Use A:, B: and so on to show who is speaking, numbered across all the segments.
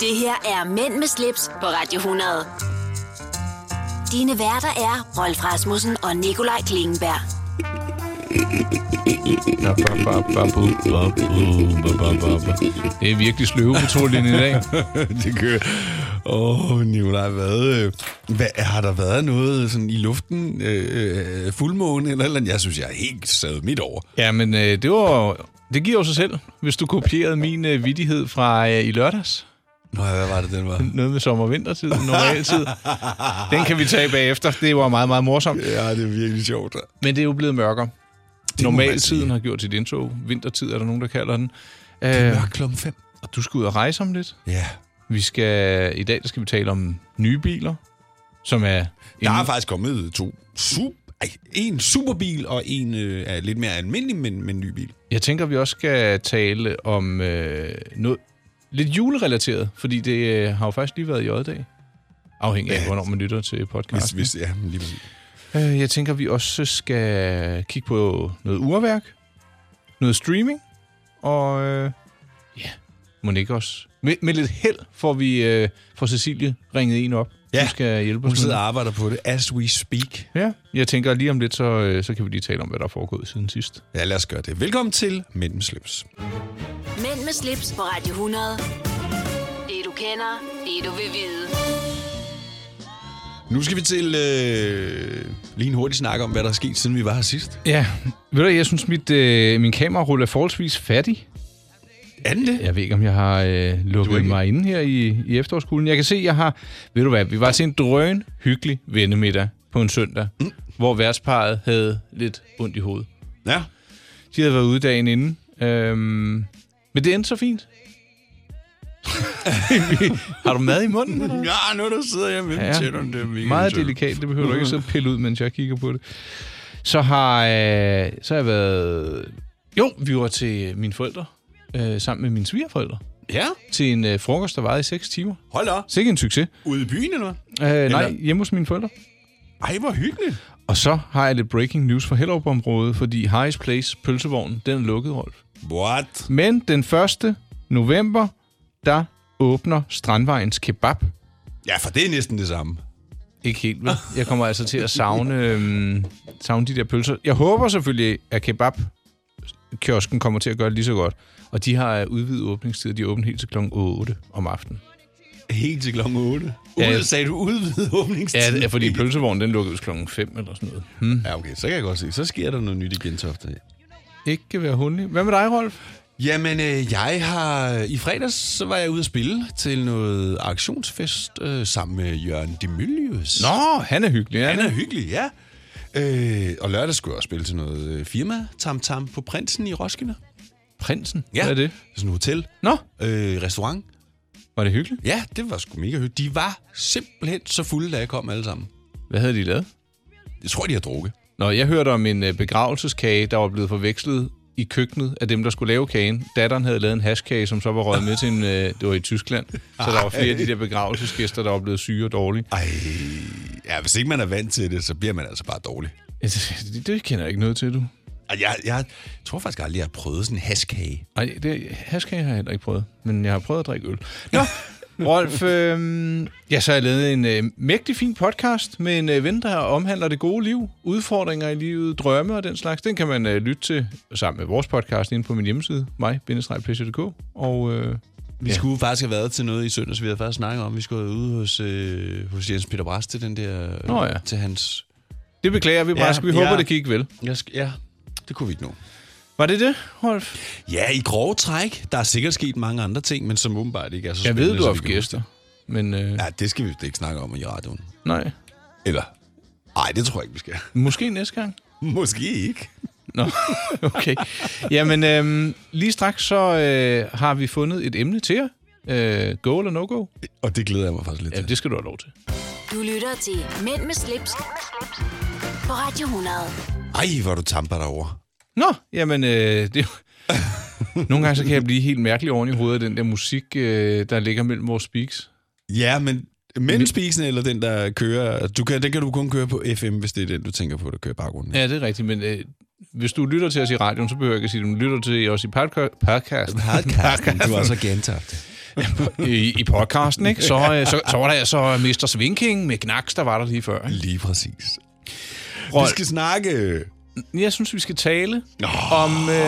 A: Det her er Mænd med slips på Radio 100. Dine værter er Rolf Rasmussen og Nikolaj Klingenberg.
B: Det er virkelig sløve på toglinjen i dag.
C: det kører. Åh, oh, Nicolaj, hvad, øh, hvad, har der været noget sådan i luften? Øh, øh, fuldmåne eller et eller andet? Jeg synes, jeg er helt sad midt over.
B: Jamen, øh, det, var, det giver jo sig selv, hvis du kopierede min øh, vidighed fra øh, i lørdags.
C: Nå, hvad var det, den var?
B: Noget med sommer- og vintertid, normaltid. Den kan vi tage bagefter. Det var meget, meget morsomt.
C: Ja, det er virkelig sjovt.
B: Men det er jo blevet mørkere.
C: må man altså
B: Normaltiden
C: sige.
B: har gjort sit indtog. Vintertid er der nogen, der kalder den.
C: Øh.
B: Øh,
C: Mørk klokken fem.
B: og du skal ud og rejse om lidt.
C: Ja.
B: Vi skal, I dag der skal vi tale om nye biler, som er...
C: Der er faktisk kommet to super... Ej, en superbil og en øh, er lidt mere almindelig, men, men ny bil.
B: Jeg tænker, vi også skal tale om øh, noget lidt julerelateret, fordi det øh, har jo faktisk lige været i øjedag. Afhængig af,
C: Ja.
B: hvornår man lytter til
C: Hvis,
B: podcasten.
C: hvis, ja, men lige præcis.
B: Øh, jeg tænker, vi også skal kigge på noget urværk, noget streaming, og øh, ja, må ikke også. Med, med lidt held får vi øh, får Cecilie ringet en op.
C: Ja,
B: Hun skal hjælpe
C: Hun
B: os. med
C: sidder og arbejder på det, as we speak.
B: noget. Ja, jeg tænker lige om lidt, så, øh, så kan vi lige tale om, hvad der er foregået siden sidst.
C: Ja, lad os gøre det. Velkommen til Mænd med slips.
A: Mænd med slips på Radio 100. Det du kender, det du vil vide.
C: Nu skal vi til øh, lige en hurtig snak om, hvad der er sket, siden vi var her sidst.
B: Ja, ved du, jeg synes, mit, øh, min kamera ruller forholdsvis fattig.
C: Er den det?
B: Jeg ved ikke, om jeg har øh, lukket
C: ikke-
B: ikke... mig inde her i, i efterårskulden. Jeg kan se, jeg har... Ved du hvad, vi var til en drøn hyggelig vennemiddag på en søndag, mm. hvor værtsparet havde lidt ondt i hovedet.
C: Ja.
B: De havde været ude dagen inden. Øhm, men det endte så fint. har du mad i munden? eller?
C: Ja, nu der sidder jeg med
B: Ja, ja.
C: tænderne, det er mega
B: Meget
C: sjovt.
B: delikat, det behøver du ikke sidde og pille ud, mens jeg kigger på det. Så har, øh, så har jeg været... Jo, vi var til mine forældre, øh, sammen med mine svigerforældre,
C: Ja,
B: til en øh, frokost, der varede i 6 timer.
C: hold op.
B: Sikke en succes.
C: Ude i byen eller hvad?
B: Øh, nej,
C: Eller-
B: hjemme hos mine forældre.
C: Ej, hvor hyggeligt.
B: Og så har jeg lidt breaking news for Hellerup-området, fordi Harris Place, pølsevognen, den er lukket, Rolf.
C: What?
B: Men den 1. november, der åbner Strandvejens kebab.
C: Ja, for det er næsten det samme.
B: Ikke helt, vel? Jeg kommer altså til at savne, øhm, savne de der pølser. Jeg håber selvfølgelig, at kebab kiosken kommer til at gøre det lige så godt. Og de har øh, udvidet åbningstider. De åbner helt til kl. 8 om aftenen.
C: Helt til klokken 8.
B: Ja.
C: Ude, sagde du udvidet åbningstid?
B: Ja, fordi pølsevognen, den lukkede klokken 5 eller sådan noget. Hmm.
C: Ja, okay, så kan jeg godt se. Så sker der noget nyt i Gentofte.
B: Ikke være hundelig. Hvad med dig, Rolf?
C: Jamen, øh, jeg har... I fredags så var jeg ude at spille til noget auktionsfest øh, sammen med Jørgen Demilius.
B: Nå, han er hyggelig. Ja,
C: Han er hyggelig, ja. Øh, og lørdag skulle jeg også spille til noget øh, firma Tam Tam på Prinsen i Roskilde.
B: Prinsen? Hvad er det?
C: Sådan et hotel.
B: Nå,
C: Øh, restaurant.
B: var det hyggeligt?
C: Ja, det var sgu mega hyggeligt. De var simpelthen så fulde, da jeg kom alle sammen.
B: Hvad havde de lavet?
C: Jeg tror, de har drukket.
B: Nå, jeg hørte om en øh, begravelseskage, der var blevet forvekslet i køkkenet af dem, der skulle lave kagen. Datteren havde lavet en hashkage, som så var røget med til en... Øh, det var i Tyskland. Så der var flere af de der begravelsesgæster, der var blevet syge og dårlige.
C: Ej, ja, hvis ikke man er vant til det, så bliver man altså bare dårlig.
B: Det, det kender jeg ikke noget til, du.
C: Og jeg, jeg tror faktisk aldrig, jeg har prøvet sådan en haskage.
B: Nej, det, hashkage har jeg heller ikke prøvet, men jeg har prøvet at drikke øl. Nå, Rolf, øh, ja, så har jeg lavet en øh, mægtig fin podcast med en øh, ven, der omhandler det gode liv, udfordringer i livet, drømme og den slags. Den kan man øh, lytte til sammen med vores podcast inde på min hjemmeside, mig og øh,
C: Vi ja. skulle faktisk have været til noget i søndags, vi havde faktisk snakket om. Vi skulle have været ude hos, øh, hos Jens Peter Brass til den der... øh,
B: Nå ja.
C: Til hans...
B: det beklager vi bare. Ja, vi
C: ja.
B: håber, det gik vel.
C: Jeg sk- ja, det kunne vi ikke nå.
B: Var det det, Rolf?
C: Ja, i grove træk. Der er sikkert sket mange andre ting, men som åbenbart ikke er så
B: Jeg
C: spændende,
B: ved, du
C: så
B: har
C: vi
B: haft
C: kan-
B: gæster, men øh, ja.
C: Ja, det skal vi ikke snakke om i radioen.
B: nej.
C: Eller? Nej, det tror jeg ikke, vi skal.
B: Måske næste gang.
C: Måske ikke.
B: Nå, okay. Jamen, øhm, lige straks så øh, har vi fundet et emne til jer. Øh, go eller no go?
C: Og det glæder jeg mig faktisk lidt
B: Ja, det skal du have lov til.
A: Du lytter til Mænd med slips, på Radio 100.
C: Ej, hvor du tamper derovre.
B: Nå, jamen, øh, det er jo- Nogle gange så kan jeg blive helt mærkelig oven i hovedet af den der musik, øh, der ligger mellem vores speaks.
C: Ja, men mellemspisen eller den, der kører... Du kan, den kan du kun køre på FM, hvis det er den, du tænker på, der kører i baggrunden.
B: Ja, det er rigtigt, men øh, hvis du lytter til os i radioen, så behøver jeg ikke at sige, at du lytter til os i podca- podcast.
C: Podcasten, du har så gentaget det.
B: i, i podcasten, ikke? Så, øh, så, så var der så Mr. Svinking med Knaks, der var der lige før. Ikke?
C: Lige præcis. Vi
B: Rolf,
C: skal snakke...
B: jeg synes, vi skal tale om, øh,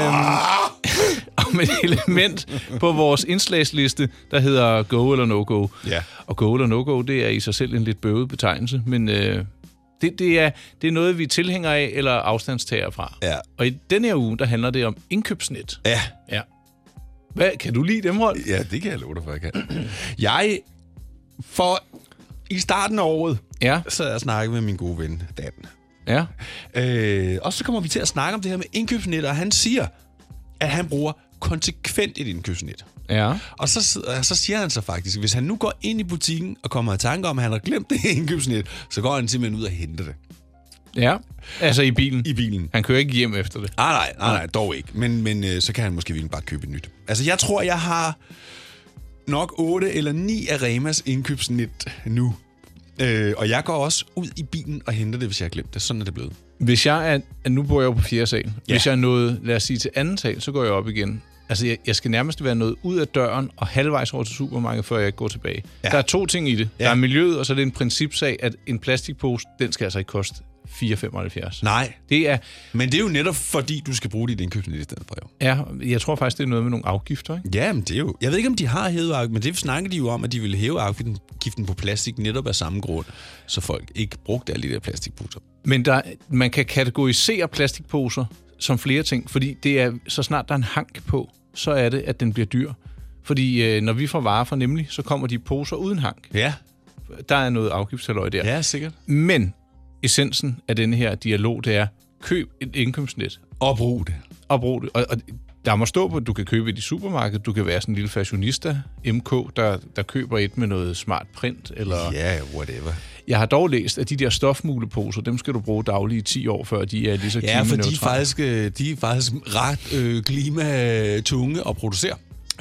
B: om et element på vores indslagsliste, der hedder Go eller No Go.
C: Ja.
B: Og Go eller No Go, det er i sig selv en lidt bøvet betegnelse, men øh, det, det, er, det er noget, vi er tilhængere af eller afstandstager fra.
C: Ja.
B: Og i denne her uge, der handler det om indkøbsnet.
C: Ja.
B: Ja. Hvad, kan du lide dem, Rolf?
C: ja, det kan jeg love dig for, jeg kan. Jeg, for i starten af året,
B: Ja,
C: sad jeg og snakkede med min gode ven, Dan.
B: ja.
C: Øh, og så kommer vi til at snakke om det her med indkøbsnet, og han siger, at han bruger konsekvent et indkøbsnet.
B: Ja.
C: Og så, sidder- så siger han så faktisk, hvis han nu går ind i butikken og kommer i tanke om, at han har glemt det indkøbsnet, så går han simpelthen ud og henter det
B: Ja, altså i bilen.
C: i bilen.
B: Han kører ikke hjem efter det.
C: Ah, nej, nej, nej, dog ikke. Men, men øh, så kan han måske virkelig bare købe et nyt. Altså, jeg tror, jeg har nok 8 eller 9 af Remas indkøbsnet nu. Øh, og jeg går også ud i bilen og henter det, hvis jeg har glemt det. Sådan er det blevet.
B: Hvis jeg er, nu bor jeg jo på fjerde sal. Ja. Hvis jeg er nået, lad os sige, til anden sal, så går jeg op igen. Altså, jeg, jeg skal nærmest være nået ud af døren og halvvejs over til supermarkedet, før jeg går tilbage. Ja. Der er to ting i det. Ja. Der er miljøet, og så er det en principsag, at en plastikpose, den skal altså ikke koste 4,75.
C: Nej,
B: Det er,
C: men det er jo netop fordi, du skal bruge dit indkøbsnet i stedet for jo.
B: er, jeg tror faktisk, det er noget med nogle afgifter, ikke?
C: Ja, men det er jo... Jeg ved ikke, om de har hævet afgiften, men det snakker de jo om, at de ville hæve afgiften på plastik netop af samme grund, så folk ikke brugte alle de der plastikposer.
B: Men der, man kan kategorisere plastikposer som flere ting, fordi det er, så snart der er en hank på, så er det, at den bliver dyr. Fordi øh, når vi får varer fra nemlig, så kommer de i poser uden hank.
C: Ja,
B: Der er noget afgiftshalløj der.
C: ja, sikkert.
B: Men essensen af den her dialog, det er, køb et indkøbsnet
C: Og brug det.
B: og brug det. Og, og der må stå på, at du kan købe et i supermarkedet, du kan være sådan en lille fashionista, MK, der, der køber et med noget smart print, eller...
C: Ja, whatever.
B: Jeg har dog læst, at de der stofmuleposer, dem skal du bruge daglige 10 år, før de er lige så
C: Ja, for de er,
B: klimaneutrale.
C: faktisk, øh, de er faktisk ret øh, klimatunge at producere.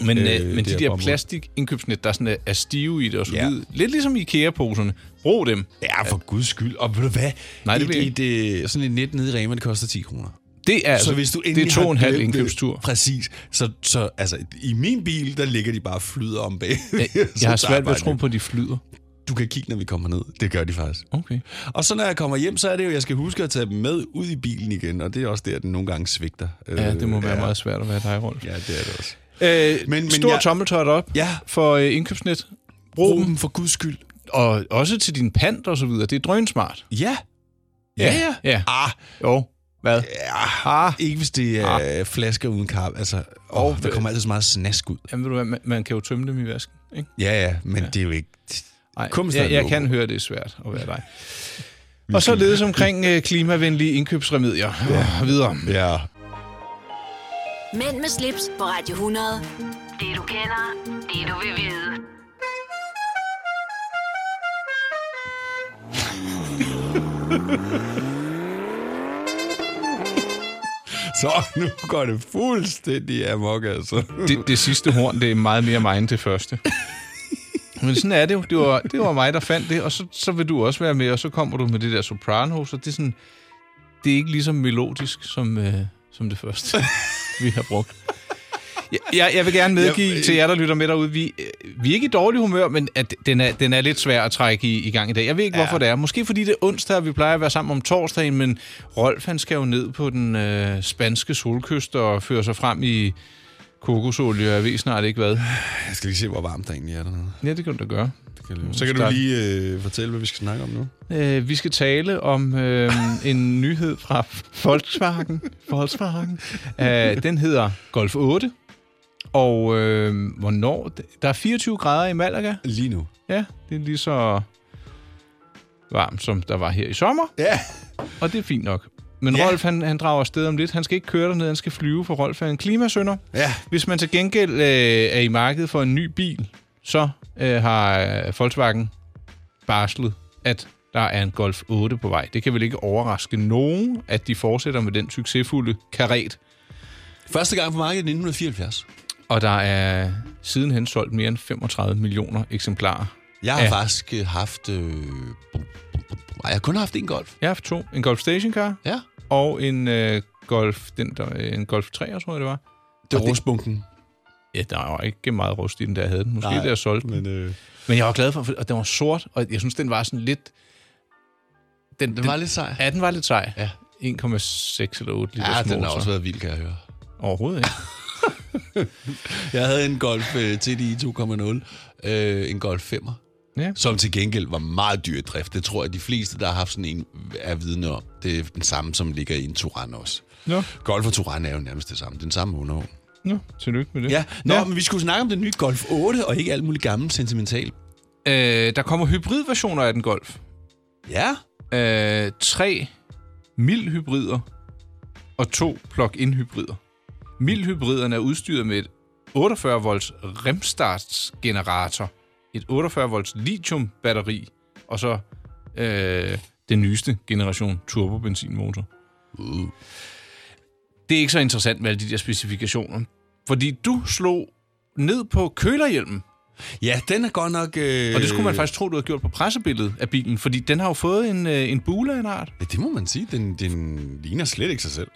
B: Men,
C: Øh,
B: øh, men
C: det
B: de
C: er
B: der
C: bomuld.
B: plastikindkøbsnet, der sådan er, er stive i det og så
C: Ja.
B: videre. Lidt ligesom IKEA-poserne. Brug dem.
C: Ja, for guds skyld. Og ved du hvad?
B: Nej, det
C: et,
B: bliver
C: et, øh, sådan et net nede i Rema, det koster 10 kroner.
B: Det er,
C: så hvis du
B: Altså, det er to og en halv
C: indkøbstur.
B: indkøbstur.
C: øh, Præcis. Så, så altså, i min bil, der ligger de bare og flyder om bag.
B: Jeg, jeg har svært ved at tro på, at de flyder.
C: Du kan kigge, når vi kommer ned. Det gør de faktisk.
B: Okay.
C: Og så når jeg kommer hjem, så er det jo, jeg skal huske at tage dem med ud i bilen igen, og det er også der, den nogle gange svigter.
B: Ja, det må
C: Øh,
B: være meget svært at være dig, Rolf.
C: Ja, det er det også.
B: Øh,
C: Men-
B: men,
C: men
B: men stor
C: jeg-
B: jeg... tommeltot op
C: Ja.
B: for øh, indkøbsnet. Brug
C: Brug
B: dem.
C: dem for guds skyld.
B: Og også til din pant og så videre. Det er drønsmart.
C: Ja. Ja, ja.
B: ja.
C: Ah,
B: Jo. Hvad?
C: ja. ah. Ikke hvis det er ah. flasker uden karp. Altså, og oh, der kommer altid så meget snask ud.
B: Jamen, ved du hvad, man, man kan jo tømme dem i vasken, ikke?
C: Ja, ja, men ja. det er jo ikke...
B: Ej,
C: Kumsen er
B: jeg, jeg
C: logo.
B: kan høre, det er svært at være dig. Og så ledes omkring øh, klimavenlige indkøbsremedier. Ja. Videre.
C: Ja.
A: Mænd med slips på Radio 100. Det du kender, det du vil vide.
C: Så nu går det fuldstændig amok, altså.
B: det, det sidste horn, det er meget mere mig end det første. Men sådan er det jo. Det var, det var mig, der fandt det, og så, så vil du også være med, og så kommer du med det der sopranos, og det er sådan... Det er ikke lige så melodisk som, øh, som det første, vi har brugt. Jeg, jeg, jeg vil gerne medgive
C: Jeg-
B: til jer, der lytter med derude, vi, øh, vi er ikke i dårlig humør, men at den, er, den er lidt svær at trække i, i gang i dag. Jeg ved ikke, ja. hvorfor det er. Måske fordi det er onsdag, og vi plejer at være sammen om torsdagen, men Rolf han skal jo ned på den øh, spanske solkyst og føre sig frem i, kokosolie, og jeg ved snart ikke hvad.
C: Jeg skal lige se, hvor varmt der egentlig er dernede.
B: Ja, det kan du da gøre.
C: Det kan så kan du
B: Stærkt.
C: lige øh, fortælle, hvad vi skal snakke om nu.
B: Øh, vi skal tale om øh, en nyhed fra Volkswagen. Volkswagen. Øh, den hedder Golf 8. Og øh, hvornår? Der er 24 grader i Malaga.
C: Lige nu.
B: Ja, det er lige så varmt, som der var her i sommer.
C: Ja.
B: Og det er fint nok. Men
C: Ja.
B: Rolf, han, han drager afsted om lidt. Han skal ikke køre derned, han skal flyve, for Rolf er en klimasønder.
C: Ja.
B: Hvis man til gengæld øh, er i markedet for en ny bil, så øh, har øh, Volkswagen barslet, at der er en Golf 8 på vej. Det kan vel ikke overraske nogen, at de fortsætter med den succesfulde karet.
C: Første gang på markedet i 1974.
B: Og der er sidenhen solgt mere end 35 millioner eksemplarer.
C: Jeg har ja.
B: Ja.
C: faktisk øh, haft... Øh, bum, bum, bum, bum. Ej, jeg har kun haft en golf.
B: Jeg har haft to. En Golf Stationcar
C: Ja.
B: og øh, en øh, Golf, den der, en Golf 3, tror jeg det var.
C: Det er
B: Og det-
C: rustbunken.
B: Ja, der var ikke meget rust i den, der jeg havde den. Måske Nej,
D: Nej,
B: der jeg solgte den.
D: Men, øh,
B: Men jeg var glad for, at den var sort, og jeg synes, den var sådan lidt... Den,
C: Den var lidt sej.
B: Ja, den var lidt sej.
C: Ja.
B: 1,6 eller 8 liter
C: Ja,
B: små,
C: den har også
B: så.
C: været vild, kan jeg høre.
B: Overhovedet ikke.
C: Jeg havde en Golf øh, TDI 2.0, øh, en Golf 5'er,
B: Ja.
C: som til gengæld var meget dyr i drift. Det tror jeg, de fleste, der har haft sådan en, er vidne om. Det er den samme, som ligger i en Turan også.
B: Nå,
C: Golf og Turan er jo nærmest det samme. Den samme underhånd.
B: nå, tillykke med det.
C: Ja, nå,
B: Ja.
C: ja. men vi skulle snakke om den nye Golf 8, og ikke alt muligt gammelt sentimentalt.
B: Øh, der kommer hybridversioner af den Golf.
C: Ja,
B: Øh, tre mild hybrider og to plug-in hybrider. Mild hybriderne er udstyret med et 48 volts remstartsgenerator, et 48 volts lithium batteri og så øh, den nyeste generation turbobenzinmotor. Uh. Det er ikke så interessant med alle de der specifikationer, fordi du slog ned på kølerhjelmen
C: ja den er godt nok... Øh,
B: og det skulle man faktisk tro, du havde gjort på pressebilledet af bilen, fordi den har jo fået en, øh, en bule af en art.
D: ja, det må man sige. Den, den ligner slet ikke sig selv.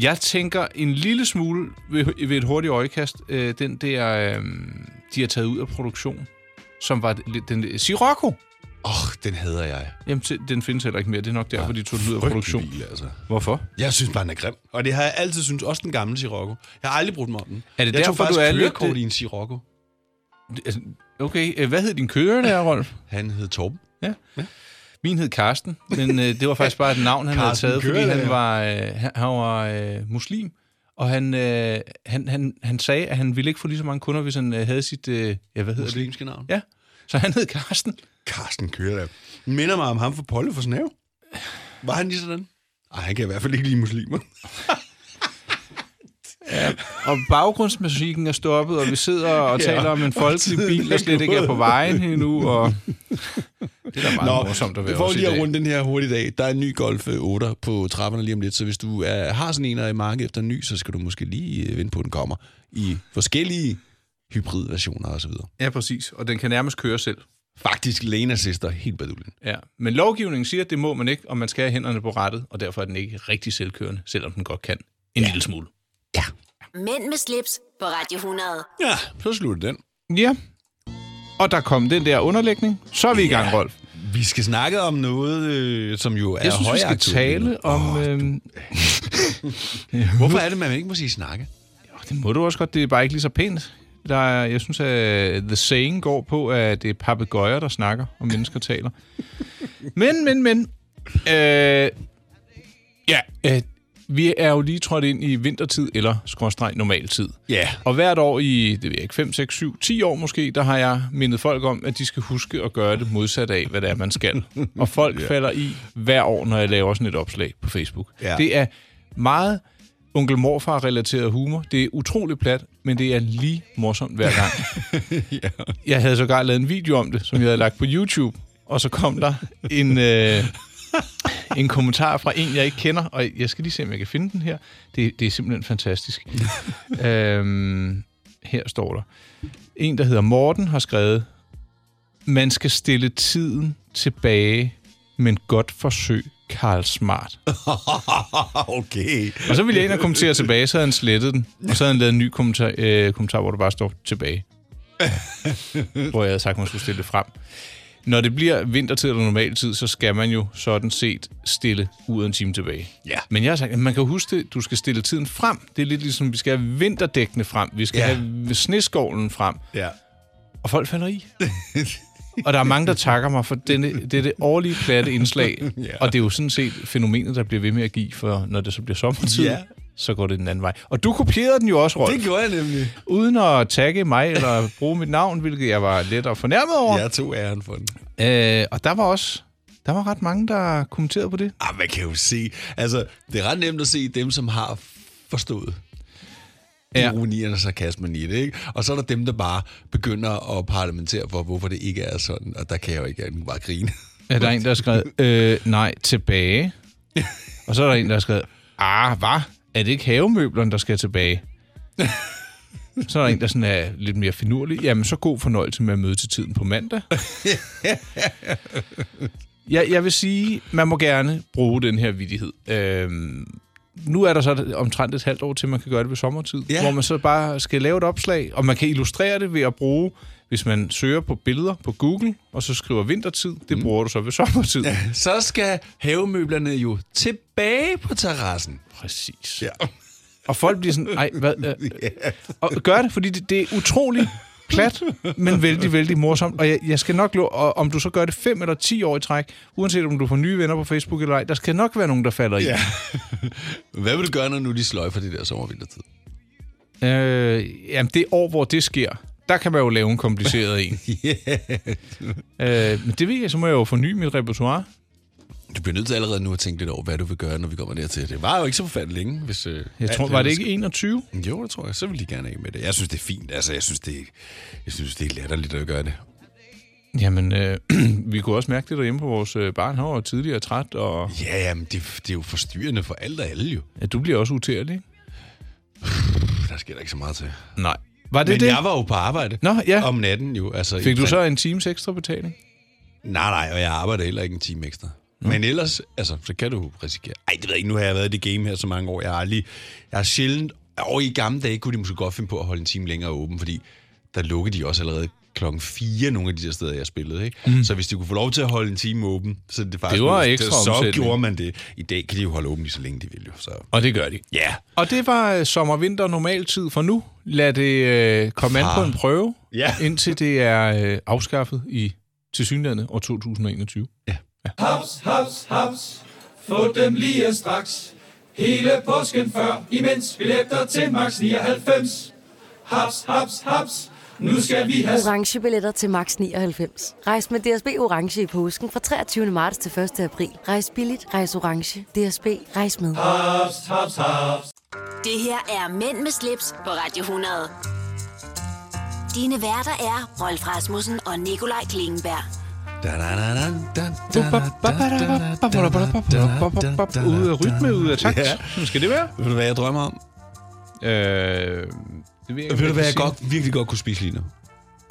B: Jeg tænker en lille smule ved, ved et hurtigt øjekast, øh, den der, øh, de har taget ud af produktion, som var den, den Sirocco.
C: Åh, oh, den hader jeg.
B: Jamen, til- den findes heller ikke mere. Det er nok derfor, de tog den ud af produktion.
C: Bil, altså.
B: Hvorfor?
C: Jeg synes bare, den er grim.
D: Og det har jeg altid synes også den gamle Sirocco. Jeg har aldrig brugt mig om den.
B: Er det
D: jeg
B: derfor, du
D: faktisk
B: er lidt-
D: kørekort i en Sirocco.
B: Altså, Okay, øh, hvad hed din kører der, Rolf?
C: Han hed Torben.
B: Min hed Karsten, men øh, det var faktisk bare et navn, han
D: Karsten
B: havde taget, fordi
D: Kørelærer.
B: han var, øh, han, han var øh, muslim, og han, øh, han, han, han sagde, at han ville ikke få lige så mange kunder, hvis han øh, havde sit, øh, ja, hvad hedder det?
C: Muslimske navn.
B: Ja, så han hed Karsten.
D: Carsten Køreland. Minder mig om ham fra Polle for Snæv. Var han lige sådan? Nej, han kan i hvert fald ikke lide muslimer.
B: Og baggrundsmusikken er stoppet, og vi sidder og ja, taler om en folkelig
D: tiden
B: bil, der slet
D: er
B: ikke er på
D: gået.
B: vejen endnu. Og... Det er da meget Nå, morsomt at være
C: for
B: også i
C: lige at
B: dag.
C: runde den her hurtigt af, der er en ny Golf øh, 8 på trapperne lige om lidt, så hvis du er, har sådan en og er i markedet efter en ny, så skal du måske lige øh, vente på, at den kommer i forskellige hybridversioner og så videre.
B: Ja, præcis. Og den kan nærmest køre selv.
C: Faktisk Lena Sister, helt badulien.
B: Ja. Men lovgivningen siger, at det må man ikke, og man skal have hænderne på rettet, og derfor er den ikke rigtig selvkørende, selvom den godt kan en ja. lille smule.
A: Mænd med slips på Radio 100.
C: Ja, så slutter den.
B: Ja. Og der kom den der underlægning. Så er vi i gang,
C: Ja.
B: Rolf.
C: Vi skal snakke om noget, øh, som jo er
B: Jeg synes, vi skal
C: højaktuelt.
B: tale om... Oh, øhm,
C: Hvorfor er det, man ikke må sige snakke?
B: Og Det må du også godt. Det er bare ikke lige så pænt. Der er, jeg synes, at øh, the saying går på, at det er papegøjer, der snakker, og mennesker taler. Men, men, men. Øh, ja, øh, vi er jo lige trådt ind i vintertid, eller skråstreg normaltid.
C: Ja.
B: Og hvert år i, det ved jeg ikke, 5, 6, 7, 10 år måske, der har jeg mindet folk om, at de skal huske at gøre det modsat af, hvad det er, man skal. Og folk falder i hver år, når jeg laver sådan et opslag på Facebook.
D: Ja.
B: Det er meget onkel morfar-relateret humor. Det er utroligt plat, men det er lige morsomt hver gang. ja. Jeg havde sågar lavet en video om det, som jeg havde lagt på YouTube, og så kom der en... Øh, en kommentar fra en, jeg ikke kender, og jeg skal lige se, om jeg kan finde den her. Det, det er simpelthen fantastisk. øhm, her står der. En, der hedder Morten, har skrevet, man skal stille tiden tilbage, men godt forsøg, Karl Smart.
D: okay.
B: Og så ville jeg ind og kommentere tilbage, så havde han slettet den. Og så havde han lavet en ny kommentar, øh, kommentar hvor der bare står tilbage. hvor jeg havde sagt, at man skulle stille det frem. Når det bliver vintertid eller normaltid, så skal man jo sådan set stille ud en time tilbage.
D: Ja.
B: Men jeg har sagt, at man kan huske det, du skal stille tiden frem. Det er lidt ligesom, vi skal have vinterdækkene frem. Vi skal
D: Ja.
B: ja. have sneskovlen frem.
D: Ja.
B: Og folk falder i. og der er mange, der takker mig for denne, dette årlige platte indslag.
D: Ja.
B: Og det er jo sådan set fænomenet, der bliver ved med at give, for når det så bliver sommertid,
D: Ja.
B: så går det den anden vej. Og du kopierede den jo også, Rolf,
D: Det gjorde jeg nemlig.
B: uden at tagge mig eller bruge mit navn, hvilket jeg var lidt og fornærmet over.
D: Jeg tog æren for den.
B: Ja. Øh, og der var også der var ret mange, der kommenterede på det.
C: Ah, man kan jo se. Altså, det er ret nemt at se dem, som har forstået ja.
B: Ja.
C: ironierne og sarkasmen i det, ikke? Og så er der dem, der bare begynder at parlamentere for, hvorfor det ikke er sådan, og der kan jeg jo ikke andet bare grine.
B: Ja, der er en, der har skrevet, øh, nej, tilbage. Og så er der en, der har skrevet, ah, hvad? Er det ikke havemøblerne, der skal tilbage? Så er der en, der sådan er lidt mere finurlig. Jamen, så god fornøjelse med at møde til tiden på mandag. jeg, jeg vil sige, man må gerne bruge den her vidighed. Øhm, nu er der så omtrent et halvt år til, man kan gøre det ved sommertid,
D: Ja.
B: ja. hvor man så bare skal lave et opslag, og man kan illustrere det ved at bruge, hvis man søger på billeder på Google, og så skriver vintertid, det mm. bruger du så ved sommertid. Ja.
C: Så skal havemøblerne jo tilbage på terrassen.
B: Præcis. Ja. Og folk bliver sådan, ej, hvad? Øh, øh. Og gør det, fordi det, det er utroligt plat, men vældig, vældig morsomt. Og jeg, jeg skal nok love, og om du så gør det 5 eller 10 år i træk, uanset om du får nye venner på Facebook eller ej, der skal nok være nogen, der falder i. Ja.
C: Hvad vil du gøre, når nu de sløjfer det der sommervintertid?
B: Øh, jamen, det år, hvor det sker, der kan man jo lave en kompliceret en. yeah. øh, men det ved jeg, så må jeg jo forny mit repertoire.
C: Du bliver nødt til allerede nu at tænke lidt over, hvad du vil gøre, når vi kommer dertil. Det var jo ikke så forfærdeligt længe, hvis... Øh,
B: Jeg
C: alt
B: tror, var det
C: ellers-
B: ikke 21?
C: Jo, det tror jeg. Så vil de gerne af med det. Jeg synes, det er fint. Altså, jeg synes, det er, jeg synes, det er latterligt at gøre det.
B: Jamen, øh, vi kunne også mærke det derhjemme på vores øh, barn. Han var jo tidligere træt, og
C: Ja, jamen, det, det er jo forstyrrende for alt og alle jo.
B: ja, du bliver også utærlig. ikke?
C: Der sker der ikke så meget til.
B: Nej. Var det
C: Men
B: det?
C: jeg var jo på arbejde.
B: Nå, ja.
C: Om natten jo. Altså,
B: Fik du
C: jeg-
B: så en times ekstra betaling?
C: Nej, nej, og jeg arbejder heller ikke en time ekstra. Men ellers, altså, så kan du risikere... Ej, det ved jeg ikke, nu har jeg været i det game her så mange år. Jeg har aldrig... Jeg har sjældent... Og i gamle dage kunne de måske godt finde på at holde en time længere åben, fordi der lukkede de også allerede klokken 4 nogle af de der steder, jeg spillede. Ikke? Mm. Så hvis de kunne få lov til at holde en time åben, så det faktisk
B: Det var
C: det-
B: ekstra
C: så
B: omsætning.
C: gjorde man det. I dag kan de jo holde åben lige så længe, de vil jo. Så
B: Og det gør de.
C: ja, yeah.
B: Og det var øh, sommer-vinter normaltid for nu. Lad det øh, komme an på en prøve,
C: Ah. Ja.
B: indtil det er øh, afskaffet i tilsyneladende år 2021.
E: Haps, haps, haps. Få dem lige straks. Hele påsken før, imens billetter til max 99. Haps, haps, haps. Nu skal vi have
F: Orange billetter til max 99. Rejs med DSB Orange i påsken fra 23. marts til 1. april. Rejs billigt, rejs orange. DSB, rejs med.
E: haps, haps, haps.
A: Det her er Mænd med slips på Radio 100. Dine værter er Rolf Rasmussen og Nikolaj Klingenberg.
B: Ud af rytme, ud af takt.
C: Ja.
B: Sådan skal det være.
C: Ved du, hvad jeg drømmer om?
B: Øh, det ved jeg,
C: Ved du, hvad jeg
B: sige.
C: godt, virkelig godt kunne spise lige nu?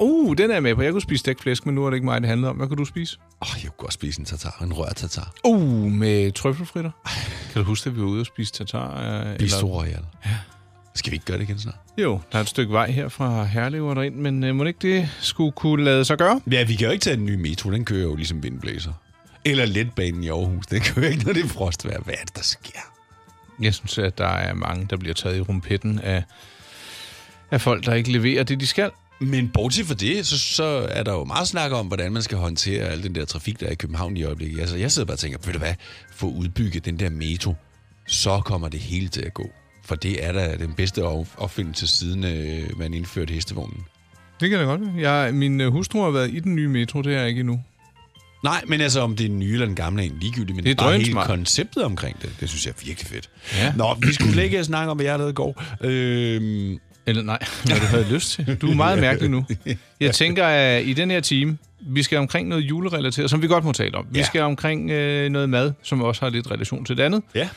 B: Uh, den er jeg med på. Jeg kunne spise stegt flæsk, men nu er det ikke mig, det handler om. Hvad kunne du spise?
C: Åh, oh, jeg kunne godt spise en tatar, en rør tatar.
B: Uh, med trøffelfritter. Kan du huske, at vi var ude og spise tatar? øh,
C: Bistro Royal. Ja. Skal vi ikke gøre det igen snart?
B: Jo, der er et stykke vej her fra Herlev og derind, men øh, må ikke det skulle kunne lade sig gøre?
C: Ja, vi kan jo ikke tage den nye metro, den kører jo ligesom vindblæser. Eller letbanen i Aarhus, den kører ikke, når det er frostvejr. Hvad er det, der sker?
B: Jeg synes, at der er mange, der bliver taget i rumpetten af, af folk, der ikke leverer det, de skal.
C: Men bortset fra det, så, så er der jo meget snak om, hvordan man skal håndtere al den der trafik, der er i København i øjeblikket. Altså, jeg sidder bare og tænker, ved du hvad, få udbygget den der metro, så kommer det hele til at gå. For det er da den bedste op- opfindelse, siden øh, man indførte hestevognen.
B: Det kan da godt være. Jeg, min øh, hustru har været i den nye metro, det er jeg ikke endnu.
C: Nej, men altså om det er den nye eller den gamle en, ligegyldigt,
B: Det
C: men det
B: er
C: er bare hele
B: drønsmart.
C: konceptet omkring det, det synes jeg er virkelig fedt.
B: Ja.
C: Nå, vi skulle slet ikke snakke om, hvad jeg lavede i går. Øhm,
B: Eller nej, hvad du havde lyst til. Du er meget mærkelig nu. Jeg tænker, at i den her time, vi skal omkring noget julerelateret, som vi godt må tale om. Vi
C: Ja.
B: skal omkring øh, noget mad, som også har lidt relation til det andet.
C: ja.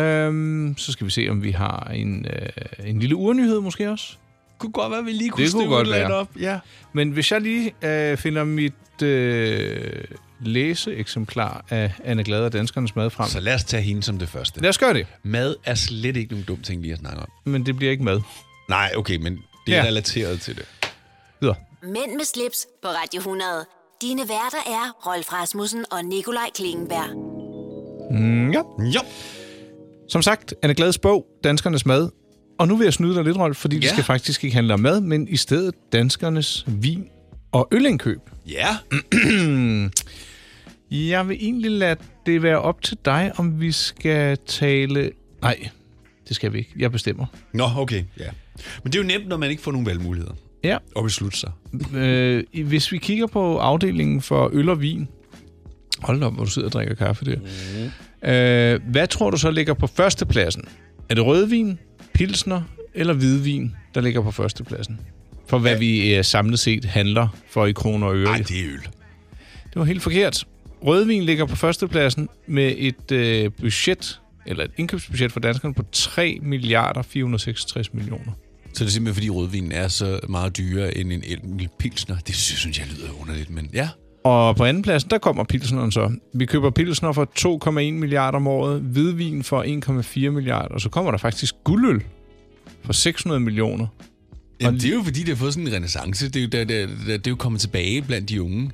B: Øhm, så skal vi se, om vi har en, øh, en lille urnyhed måske også.
C: Kunne godt være, vi lige kunne
B: Det kunne
C: støve
B: godt
C: et eller andet
B: være.
C: op. Ja.
B: Men hvis jeg lige øh, finder mit øh, læseeksemplar af Anne Glade og Danskernes Mad frem.
C: Så lad os tage hende som det første.
B: Lad os gøre det,
C: Mad er slet ikke nogen dum ting lige at snakke om.
B: men det bliver ikke mad.
C: Nej, okay, men det er
B: Ja.
C: ja. relateret til det.
B: Videre.
A: Mænd med slips på Radio 100. Dine værter er Rolf Rasmussen og Nikolaj Klingenberg.
C: Jo.
B: Mm, Som sagt, Anne Glades bog, Danskernes Mad. Og nu vil jeg snyde dig lidt, Rolf, fordi ja. det
C: Ja.
B: skal faktisk ikke handle om mad, men i stedet danskernes vin og ølindkøb.
C: Ja.
B: Jeg vil egentlig lade det være op til dig, om vi skal tale... Nej, det skal vi ikke. Jeg bestemmer.
C: Nå, okay. Ja. Men det er jo nemt, når man ikke får nogen valgmuligheder.
B: Ja,
C: Og beslutte sig.
B: øh, hvis vi kigger på afdelingen for øl og vin... Hold da op, hvor du sidder og drikker kaffe der. Øh, hvad tror du så ligger på førstepladsen? Er det rødvin, pilsner eller hvidvin, der ligger på førstepladsen? For hvad vi øh, samlet set handler for i kroner og øre.
C: Nej, det er øl.
B: Det var helt forkert. Rødvin ligger på førstepladsen med et øh, budget, eller et indkøbsbudget for danskerne på 3 milliarder 466 millioner.
C: Så det er simpelthen, fordi rødvinen er så meget dyrere end en elmel pilsner. Det synes jeg lyder underligt, men ja.
B: Og på anden pladsen, der kommer pilsneren så. Vi køber pilsner for 2,1 milliarder om året, hvidvin for 1,4 milliarder, og så kommer der faktisk guldøl for 600 millioner.
C: Jamen, det er jo fordi, det har fået sådan en renaissance. Det er jo, der, der, der, det er jo kommet tilbage blandt de unge.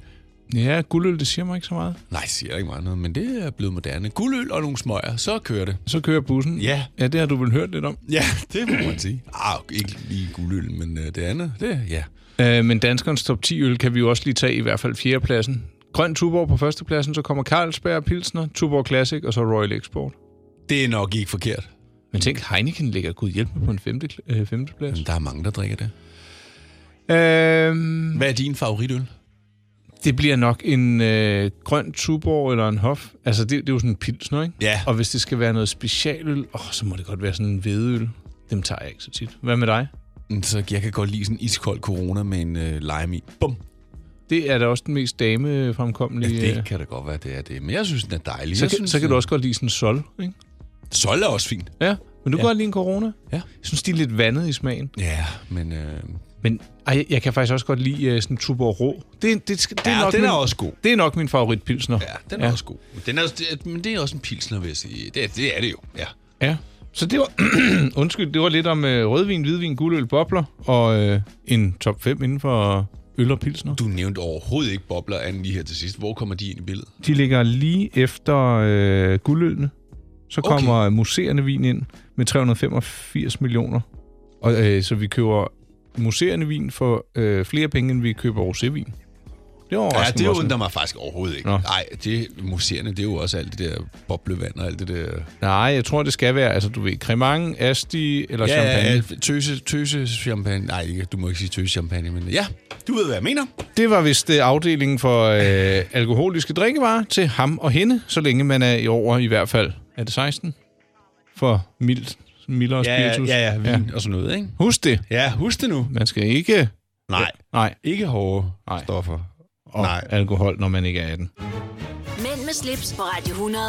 B: Ja, guldøl, det siger mig ikke så meget.
C: Nej, det siger jeg ikke meget noget, men det er blevet moderne. Guldøl og nogle smøger, så kører det.
B: Så kører bussen.
C: Ja.
B: Ja, det har du vel hørt lidt om.
C: Ja, det må man sige. Ah, ikke lige guldøl, men øh, det andet, det ja.
B: Øh, men danskernes top 10 øl kan vi jo også lige tage i hvert fald fjerdepladsen. Grøn Tuborg på førstepladsen, så kommer Carlsberg, Pilsner, Tuborg Classic og så Royal Export.
C: Det er nok ikke forkert.
B: Men tænk, Heineken ligger gud hjælp med på en femte, øh, femteplads.
C: Men der er mange, der drikker det.
B: Øhm,
C: Hvad er din favoritøl?
B: det bliver nok en øh, grøn Tuborg eller en Hof. Altså, det, det er jo sådan en pilsner, ikke?
C: Ja.
B: Og hvis det skal være noget specialøl, åh, så må det godt være sådan en hvedeøl. Dem tager jeg ikke så tit. Hvad med dig?
C: mm, Så jeg kan godt lide sådan en iskold corona med en øh, lime i. Bum.
B: Det er da også den mest damefremkommelige.
C: Ja,
B: øh.
C: det kan da godt være, det er det. Men jeg synes, den er dejlig.
B: Så,
C: jeg
B: kan,
C: synes,
B: så kan du også godt lide sådan en sol, ikke?
C: Sol er også fint.
B: Ja, men du ja. kan godt lide en corona.
C: Ja.
B: Jeg synes, de er lidt vandet i smagen.
C: Ja, men... Øh,
B: Men ej, jeg kan faktisk også godt lide uh, sådan Tuborg Rå. Det, det, skal- det,
C: Ja,
B: er nok
C: den
B: min,
C: er også god.
B: Det er nok min favoritpilsner.
C: ja, den er ja. også god. Men, den er, også- det, men det er også en pilsner, vil jeg sige. Det, er- det er det jo, ja.
B: Ja. Så det var, undskyld, det var lidt om øh, rødvin, hvidvin, guldøl, bobler og øh, en top 5 inden for øl og pilsner.
C: Du nævnte overhovedet ikke bobler anden lige her til sidst. Hvor kommer de ind i billedet?
B: De ligger lige efter øh, guldølene. Så
C: Okay.
B: kommer okay. museerne vin ind med 385 millioner. Og, øh, så vi køber museerne vin for øh, flere penge, end vi køber rosévin. Det var
C: Ja, det
B: også
C: undrer mig faktisk overhovedet ikke.
B: Nå.
C: Nej, det, museerne, det er jo også alt det der boblevand og alt det der...
B: Nej, jeg tror, det skal være, altså du ved, Cremant, Asti eller
C: Ja,
B: Champagne.
C: ja, ja, tøse, tøse champagne. Nej, ikke- du må ikke sige tøse champagne, men ja, du ved, hvad jeg mener.
B: Det var vist øh, afdelingen for øh, alkoholiske drikkevarer til ham og hende, så længe man er i over i hvert fald, er det 16? For mild, mildere spiritus.
C: vin og sådan noget, ikke?
B: Husk det.
C: Ja, husk det nu.
B: Man skal ikke...
C: Nej,
B: Nej,
C: ikke hårde
B: Nej.
C: stoffer.
B: og
C: Nej.
B: alkohol, når man ikke er 18.
A: Mænd med slips på Radio 100.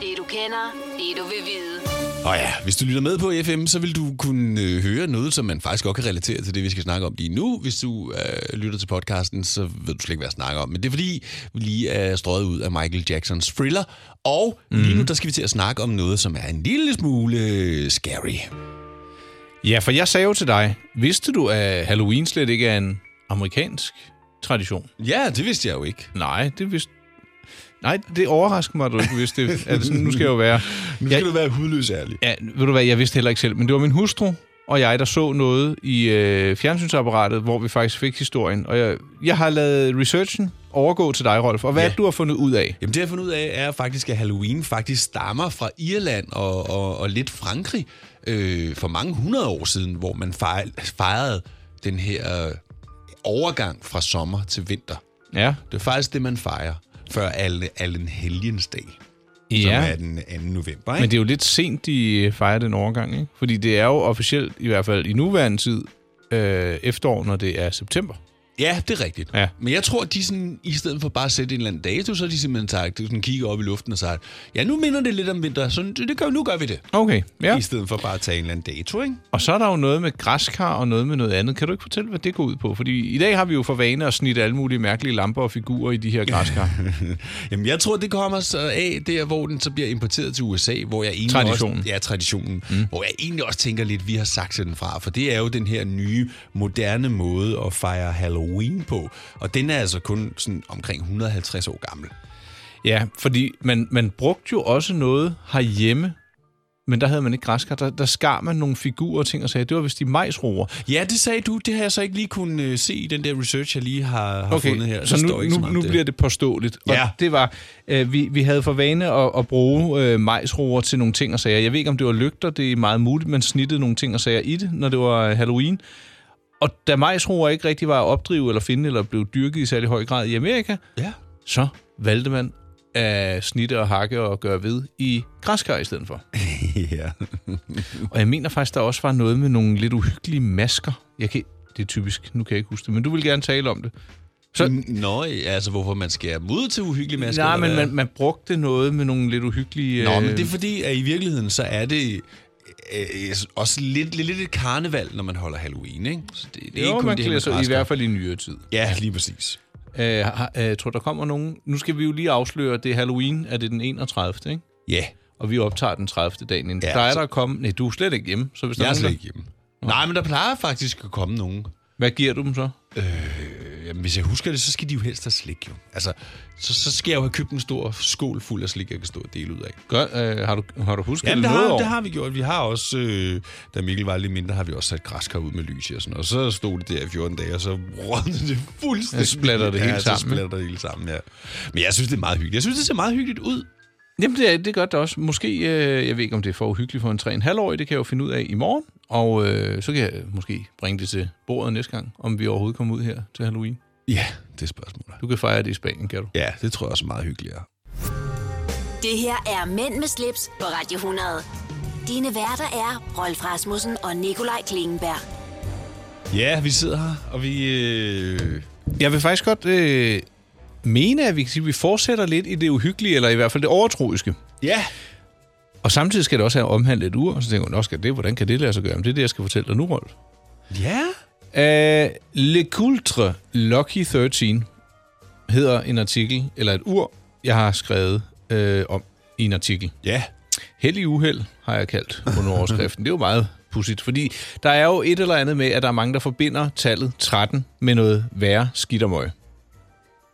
A: Det du kender, det du vil vide.
C: Og ja, hvis du lytter med på FM, så vil du kunne øh, høre noget, som man faktisk godt kan relatere til det, vi skal snakke om lige nu. Hvis du øh, lytter til podcasten, så ved du slet ikke, hvad jeg snakker om. Men det er fordi, vi lige er strøget ud af Michael Jacksons thriller. Og mm. lige nu, der skal vi til at snakke om noget, som er en lille smule øh, scary.
B: Ja, for jeg sagde jo til dig, vidste du, at Halloween slet ikke er en amerikansk tradition?
C: Ja, det vidste jeg jo ikke.
B: Nej, det vidste... Nej, det overrasker mig, at du ikke vidste det. Altså, nu skal jeg jo være...
C: Nu skal
B: Jeg-
C: jeg... du være hudløs ærlig.
B: Ja, ved du hvad, jeg vidste heller ikke selv, men det var min hustru og jeg, der så noget i øh, fjernsynsapparatet, hvor vi faktisk fik historien. Og jeg, jeg har lavet researchen overgå til dig, Rolf. Og hvad
C: Ja.
B: ja. du har fundet ud af?
C: Jamen det, jeg har fundet ud af, er faktisk, at Halloween faktisk stammer fra Irland og, og, og lidt Frankrig øh, for mange hundrede år siden, hvor man fejl- fejrede den her øh, overgang fra sommer til vinter.
B: Ja.
C: Det er faktisk det, man fejrer før alle, alle helgensdag, som
B: ja.
C: er den 2. november. Ikke?
B: Men det er jo lidt sent, de øh, fejrer den overgang, ikke? Fordi det er jo officielt, i hvert fald i nuværende tid, øh, efterår, når det er september.
C: Ja, det er rigtigt.
B: Ja.
C: Men jeg tror, de sådan, i stedet for bare at sætte en eller anden dato, så har de simpelthen sagt, sådan kigger op i luften og sagt, ja, nu minder det lidt om vinter, så det, det gør, nu gør vi det.
B: Okay,
C: Ja.
B: ja.
C: I stedet for bare at tage en eller anden dato, ikke?
B: Og så er der jo noget med græskar og noget med noget andet. Kan du ikke fortælle, hvad det går ud på? Fordi i dag har vi jo for vane at snitte alle mulige mærkelige lamper og figurer i de her græskar.
C: Jamen, jeg tror, det kommer så af der, hvor den så bliver importeret til USA, hvor jeg egentlig
B: Traditionen.
C: Også, ja, traditionen. Mm. Hvor jeg egentlig også tænker lidt, vi har sagt den fra, for det er jo den her nye, moderne måde at fejre Halloween på. Og den er altså kun sådan omkring 150 år gammel.
B: Ja, fordi man, man brugte jo også noget herhjemme, men der havde man ikke græskar. Der, der skar man nogle figurer og ting og sagde, det var vist de majsroer.
C: Ja, det sagde du. Det har jeg så ikke lige kunne øh, se i den der research, jeg lige har, har fundet her. Der
B: så
C: står
B: nu,
C: ikke
B: nu,
C: meget om
B: nu
C: det.
B: bliver det påståeligt.
C: Ja.
B: Og det var, øh, vi, vi havde for vane at, at bruge øh, majsroer til nogle ting og sager. Jeg ved ikke, om det var lygter, det er meget muligt, man snittede nogle ting og sager i det, når det var øh, Halloween. Og da majsroer ikke rigtig var at opdrive eller finde, eller blev dyrket i særlig høj grad i Amerika,
C: Ja.
B: så valgte man at snitte og hakke og gøre ved i græskar i stedet for.
C: ja.
B: Og jeg mener faktisk, der også var noget med nogle lidt uhyggelige masker. Jeg kan, det er typisk, nu kan jeg ikke huske det, men du vil gerne tale om det.
C: Så... Nå, ja, altså hvorfor man skærer dem ud til uhyggelige masker?
B: Nej,
C: eller
B: men
C: hvad?
B: man, man brugte noget med nogle lidt uhyggelige...
C: Nå,
B: øh,
C: men det er fordi, at i virkeligheden, så er det øh, også lidt, lidt, lidt et karneval, når man holder Halloween, ikke? Så det, det er
B: jo,
C: ikke kun
B: man
C: det her
B: klæder
C: med
B: sig i
C: græskar.
B: hvert fald i nyere tid.
C: Ja, lige præcis.
B: Øh, har, øh, tror, der kommer nogen. Nu skal vi jo lige afsløre, at det er Halloween, at det er den 31., ikke?
C: Ja,
B: Og vi optager den 30. dagen inden. Ja,
C: Ja,
B: der er
C: så-
B: der at komme... Nej, du er slet ikke hjemme. Så hvis der
C: jeg er
B: nogen,
C: slet
B: der-
C: ikke hjemme. Nej, men der plejer faktisk at komme nogen.
B: Hvad giver du dem så?
C: Øh, jamen, hvis jeg husker det, så skal de jo helst have slik, jo. Altså, så, så skal jeg jo have købt en stor skål fuld af slik, jeg kan stå og dele ud af.
B: Gør, øh, har, du, har du husket
C: Jamen, det
B: det noget
C: har,
B: år?
C: det har vi gjort. Vi har også, øh, da Mikkel var lidt mindre, har vi også sat græskar ud med lys i og sådan noget. Så stod det der i 14 dage, og så rådnede det fuldstændig.
B: Ja, splatter det
C: ja,
B: hele
C: så
B: sammen, ikke?
C: splatter det hele sammen, ja. Men jeg synes, det er meget hyggeligt. Jeg synes, det ser meget hyggeligt ud.
B: Jamen, det, er- det gør det også. Måske, øh, jeg ved ikke, om det er for uhyggeligt for en 3,5-årig, det kan jeg jo finde ud af i morgen. Og øh, så kan jeg måske bringe det til bordet næste gang, om vi overhovedet kommer ud her til Halloween.
C: Ja, det er spørgsmålet.
B: Du kan fejre det i Spanien, kan du?
C: Ja, det tror jeg også er meget hyggeligere.
A: Det her er Mænd med slips på Radio 100. Dine værter er Rolf Rasmussen og Nikolaj Klingenberg.
C: Ja, vi sidder her, og vi... Øh...
B: Jeg vil faktisk godt øh, mene, at vi kan sige, at vi fortsætter lidt i det uhyggelige, eller i hvert fald det overtroiske.
C: Ja,
B: Og samtidig skal det også have omhandlet et ur, og så tænker man, "Nå, skal det, hvordan kan det lade sig gøre? Men det er det, jeg skal fortælle dig nu, Rolf.
C: ja.
B: Uh, Le Coultre Lucky 13 hedder en artikel, eller et ur, jeg har skrevet øh, om i en artikel.
C: Ja,
B: Hellig uheld har jeg kaldt under overskriften. Det er jo meget pudsigt, fordi der er jo et eller andet med, at der er mange, der forbinder tallet 13 med noget værre skidt og møg.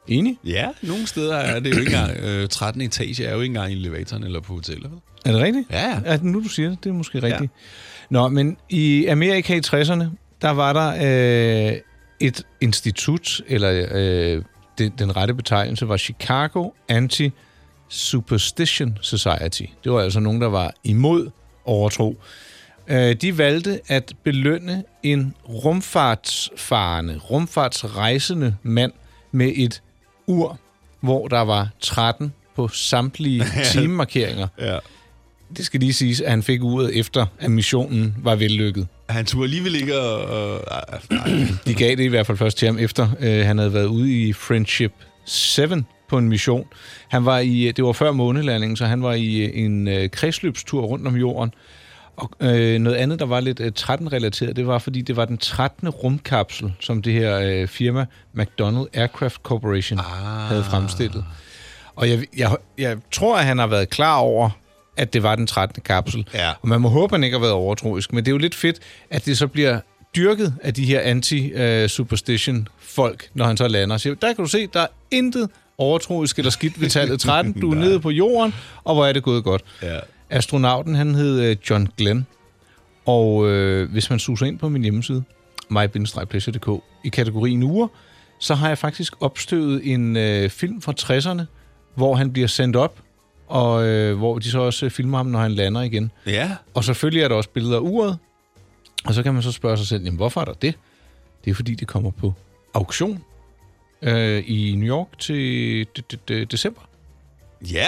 B: Enig?
C: ja. Nogle steder er det jo ikke engang... Øh, 13 etage er jo ikke engang i elevatoren eller på hoteller. vel?
B: Er det rigtigt?
C: Ja,
B: Ja, nu du siger det, det er måske rigtigt. Ja. Nå, men i Amerika i 60'erne, der var der øh, et institut, eller øh, det, den rette betegnelse var Chicago Anti-Superstition Society. Det var altså nogen, der var imod overtro. Øh, de valgte at belønne en rumfartsfarende, rumfartsrejsende mand med et ur, hvor der var 13 på samtlige timemarkeringer.
C: ja.
B: Det skal lige siges, at han fik uret efter, at missionen var vellykket.
C: Han turde alligevel ikke at... Øh,
B: De gav det i hvert fald først til ham, efter øh, han havde været ude i Friendship 7 på en mission. Han var i, det var før månelandingen, så han var i øh, en øh, kredsløbstur rundt om jorden. Og øh, noget andet, der var lidt øh, 13-relateret, det var, fordi det var den 13. rumkapsel, som det her øh, firma McDonnell Aircraft Corporation ah. havde fremstillet. Og jeg, jeg, jeg tror, at han har været klar over, at det var den 13. kapsel.
C: Ja.
B: Og man må håbe, at han ikke har været overtroisk. Men det er jo lidt fedt, at det så bliver dyrket af de her anti-superstition-folk, når han så lander. og Siger, der kan du se, der er intet overtroisk eller skidt ved tallet 13. Du er nede på jorden, og hvor er det gået godt.
C: ja.
B: Astronauten, han hed øh, John Glenn. Og øh, hvis man suser ind på min hjemmeside, mybindstrejpleasure.dk, i kategorien uger, så har jeg faktisk opstøvet en øh, film fra 60'erne, hvor han bliver sendt op, og øh, hvor de så også øh, filmer ham, når han lander igen.
C: Ja.
B: Og selvfølgelig er der også billeder af uret, og så kan man så spørge sig selv, jamen, hvorfor er der det? Det er fordi, det kommer på auktion øh, i New York til de- de- de- december.
C: Ja.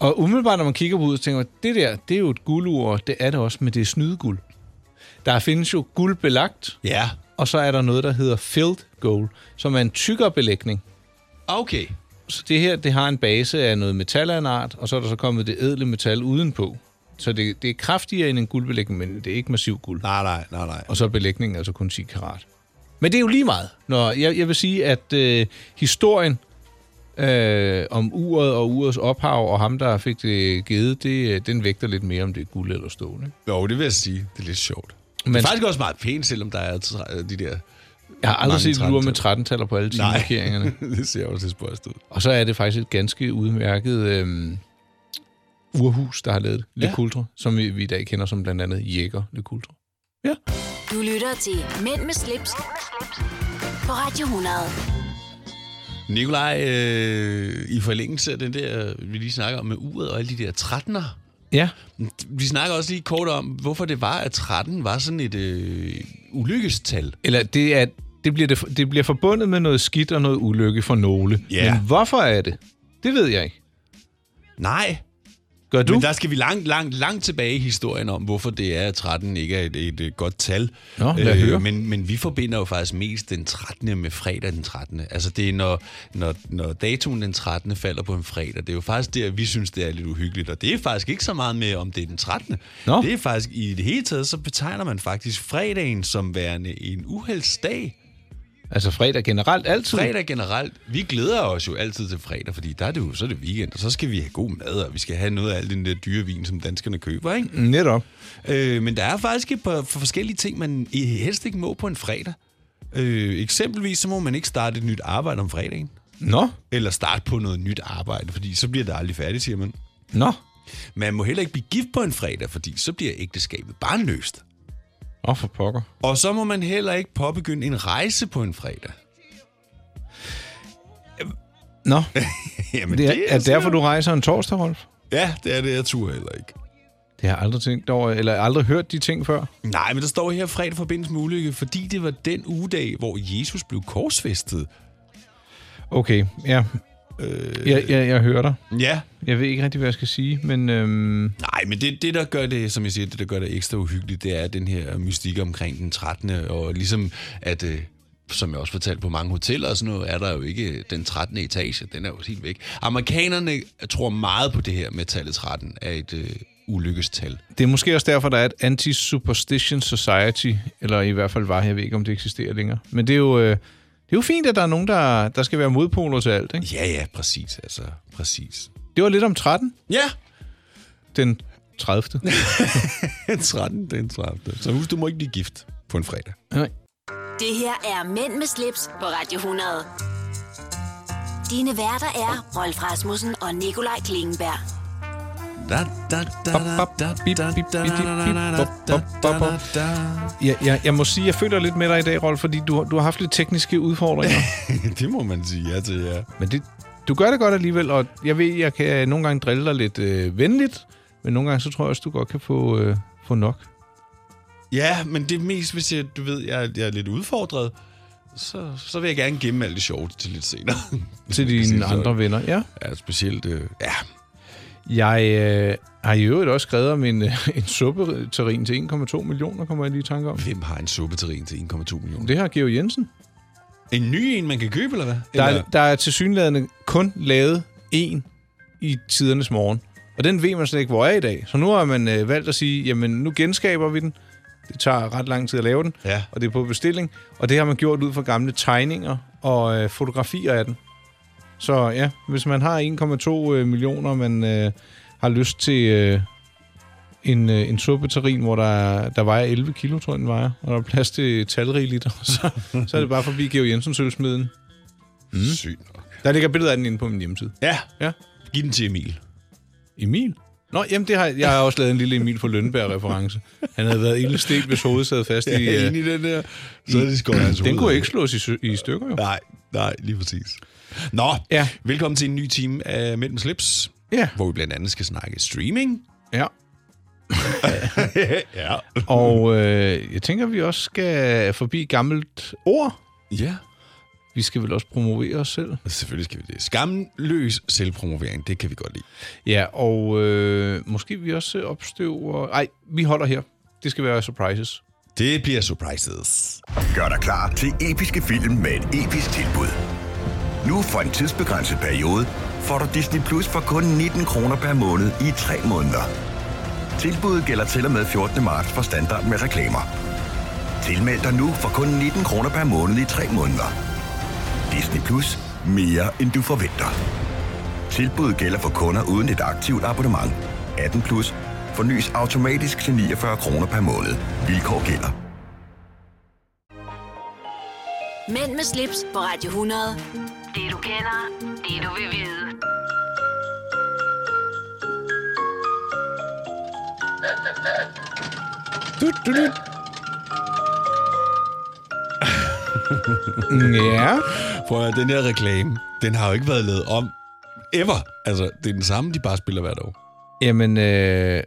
B: Og umiddelbart, når man kigger på ud, så tænker man, det der, det er jo et guldur, det er det også, men det er snydeguld. Der findes jo guld belagt,
C: Ja.
B: og så er der noget, der hedder filled gold, som er en tykkere belægning.
C: Okay.
B: Så det her, det har en base af noget metal af en art, og så er der så kommet det ædle metal udenpå. Så det, det er kraftigere end en guldbelægning, men det er ikke massiv guld.
C: Nej, nej, nej, nej.
B: Og så er belægningen altså kun 10 karat. Men det er jo lige meget. Når jeg, jeg vil sige, at øh, historien øh, om uret og urets ophav og ham, der fik det givet, det, øh, den vægter lidt mere, om det er guld eller stål. Ikke?
C: Jo, det vil jeg sige. Det er lidt sjovt. Men... Det
B: Men-
C: er faktisk også meget pænt, selvom der er tre- øh, de der...
B: Jeg har aldrig
C: Mange
B: set et ur med
C: 13-taller.
B: 13-taller på alle
C: Nej.
B: timemarkeringerne.
C: det ser også lidt spøjst ud.
B: Og så er det faktisk et ganske udmærket øh, urhus, der har lavet det. Le
C: Ja.
B: Coultre, som vi, vi i dag kender som blandt andet Jæger Le Coultre.
A: Du lytter til Mænd med slips, på Radio 100.
C: Nikolaj, øh, i forlængelse af den der, vi lige snakker om med uret og alle de der 13'er.
B: Ja,
C: Vi snakker også lige kort om, hvorfor det var, at 13 var sådan et øh, ulykkestal.
B: eller det er det bliver, det, det bliver forbundet med noget skidt og noget ulykke for nogle.
C: Ja.
B: Men hvorfor er det? Det ved jeg ikke.
C: Nej,
B: Gør du?
C: men der skal vi langt, langt, langt tilbage i historien om, hvorfor det er, at 13 ikke er et, et, øh, godt tal. Øh,
B: Nå, lad høre.
C: men, men vi forbinder jo faktisk mest den 13. med fredag den 13. Altså det er, når, når, når datoen den 13. falder på en fredag. Det er jo faktisk der, vi synes, det er lidt uhyggeligt. Og det er faktisk ikke så meget med, om det er den 13.
B: Nå.
C: Det er faktisk, i det hele taget, så betegner man faktisk fredagen som værende en uheldsdag.
B: Altså fredag generelt altid.
C: Fredag generelt, vi glæder os jo altid til fredag, fordi der er det jo, så er det weekend, og så skal vi have god mad, og vi skal have noget af al den der dyre vin, som danskerne køber, ikke?
B: Netop.
C: Øh, men der er faktisk et par forskellige ting, man i- helst ikke må på en fredag. Øh, eksempelvis så må man ikke starte et nyt arbejde om fredagen,
B: Nå,
C: eller starte på noget nyt arbejde, fordi så bliver det aldrig færdigt, siger man.
B: nå.
C: Man må heller ikke blive gift på en fredag, fordi så bliver ægteskabet barnløst.
B: Åh, for pokker.
C: Og så må man heller ikke påbegynde en rejse på en fredag.
B: Nå,
C: Jamen,
B: det er, er derfor, du rejser en torsdag, Rolf?
C: Ja, det er det, jeg turde heller ikke.
B: Det har jeg aldrig tænkt over, eller aldrig hørt de ting før.
C: Nej, men der står her fredag forbindes med ulykke, fordi det var den ugedag, hvor Jesus blev korsfæstet.
B: Okay, ja. Øh... Jeg, jeg, jeg hører dig.
C: Ja.
B: Jeg ved ikke rigtig, hvad jeg skal sige, men øhm,
C: Nej, men det, det, der gør det, som jeg siger, det, der gør det ekstra uhyggeligt, det er den her mystik omkring den 13. Og ligesom at, øh, som jeg også fortalte på mange hoteller og sådan noget, er der jo ikke øh, den 13. etage. Den er jo helt væk. Amerikanerne tror meget på det her med tallet 13 af et øh, ulykkestal.
B: det er måske også derfor, der er et Anti-Superstition Society, eller i hvert fald var, jeg ved ikke, om det eksisterer længere. Men det er jo, øh, det er jo fint, at der er nogen, der, der skal være modpoler til alt. Ikke?
C: Ja, ja, præcis. Altså, præcis.
B: Det var lidt om 13,
C: Ja,
B: den 30.
C: den 13. Den 13. Så husk, du må ikke blive gift på en fredag.
B: Nej.
A: Det her er Mænd med slips på Radio 100. Dine værter er Rolf Rasmussen og Nikolaj Klingenberg.
B: Jeg, jeg, jeg må sige, jeg føler lidt med dig i dag, Rolf, fordi du, har- du har haft lidt tekniske udfordringer.
C: Det må man sige ja til, ja.
B: Men det, du gør det godt alligevel, og jeg ved, jeg kan nogle gange drille dig lidt øh, venligt, men nogle gange så tror jeg også, du godt kan få, øh, få nok.
C: Ja, men det er mest, hvis jeg, du ved, jeg, er- jeg er lidt udfordret, så, så vil jeg gerne gemme alt det sjove til lidt senere.
B: Til dine andre venner, ja.
C: Ja, specielt, øh, ja.
B: Jeg øh, har i øvrigt også skrevet om en, øh, en suppeterrin til 1,2 millioner, kommer jeg lige i tanke om.
C: Hvem har en suppeterrin til 1,2 millioner?
B: Det har Georg Jensen.
C: En ny en, man kan købe, eller hvad?
B: Der
C: eller?
B: er, der er til synlædende kun lavet én i tidernes morgen. Og den ved man slet ikke, hvor er i dag. Så nu har man øh, valgt at sige, jamen nu genskaber vi den. Det tager ret lang tid at lave den,
C: Ja.
B: og det er på bestilling. Og det har man gjort ud fra gamle tegninger og øh, fotografier af den. Så ja, hvis man har 1,2 øh, millioner, man øh, har lyst til øh, en, øh, en suppeterrin, hvor der, der vejer 11 kilo, tror jeg, den vejer, og der er plads til talrige liter, så, så er det bare forbi Georg Jensens ølsmeden.
C: Mm. Sygt nok.
B: Der ligger billeder af den inde på min hjemmeside.
C: Ja.
B: Ja.
C: Giv den til Emil.
B: Emil? Nå, jamen det har jeg, jeg har også lavet en lille Emil for Lønneberg-reference. Han havde været ildestet, hvis hovedet sad fast i...
C: Ja,
B: Øh,
C: ind i den der. Så er det skåret hans
B: den
C: hoved
B: kunne
C: af.
B: ikke slås i, sø- i stykker, jo.
C: Nej, nej, lige præcis. Nå,
B: Ja.
C: ja. velkommen til en ny time af Mellem Slips,
B: Ja.
C: hvor vi blandt andet skal snakke streaming.
B: ja.
C: Ja.
B: Og øh, jeg tænker, vi også skal forbi gammelt ord.
C: Ja,
B: Vi skal vel også promovere os selv.
C: selvfølgelig skal vi det. Skamløs selvpromovering, det kan vi godt lide.
B: Ja, og øh, måske vi også opstøver... Ej, vi holder her. Det skal være surprises.
C: Det bliver surprises.
G: Gør dig klar til episke film med et episk tilbud. Nu for en tidsbegrænset periode får du Disney Plus for kun 19 kroner per måned i 3 måneder. Tilbuddet gælder til og med 14. marts for standard med reklamer. Tilmeld dig nu for kun 19 kroner per måned i 3 måneder. Disney Plus. Mere end du forventer. Tilbuddet gælder for kunder uden et aktivt abonnement. 18 plus. Fornyes automatisk til 49 kroner per måned. Vilkår gælder.
A: Mænd med slips på Radio 100. Det du kender, det du vil vide.
B: Du, du, du. ja.
C: Prøv at høre, den her reklame, den har jo ikke været lavet om ever. Altså, det er den samme, de bare spiller hvert år.
B: Jamen, øh,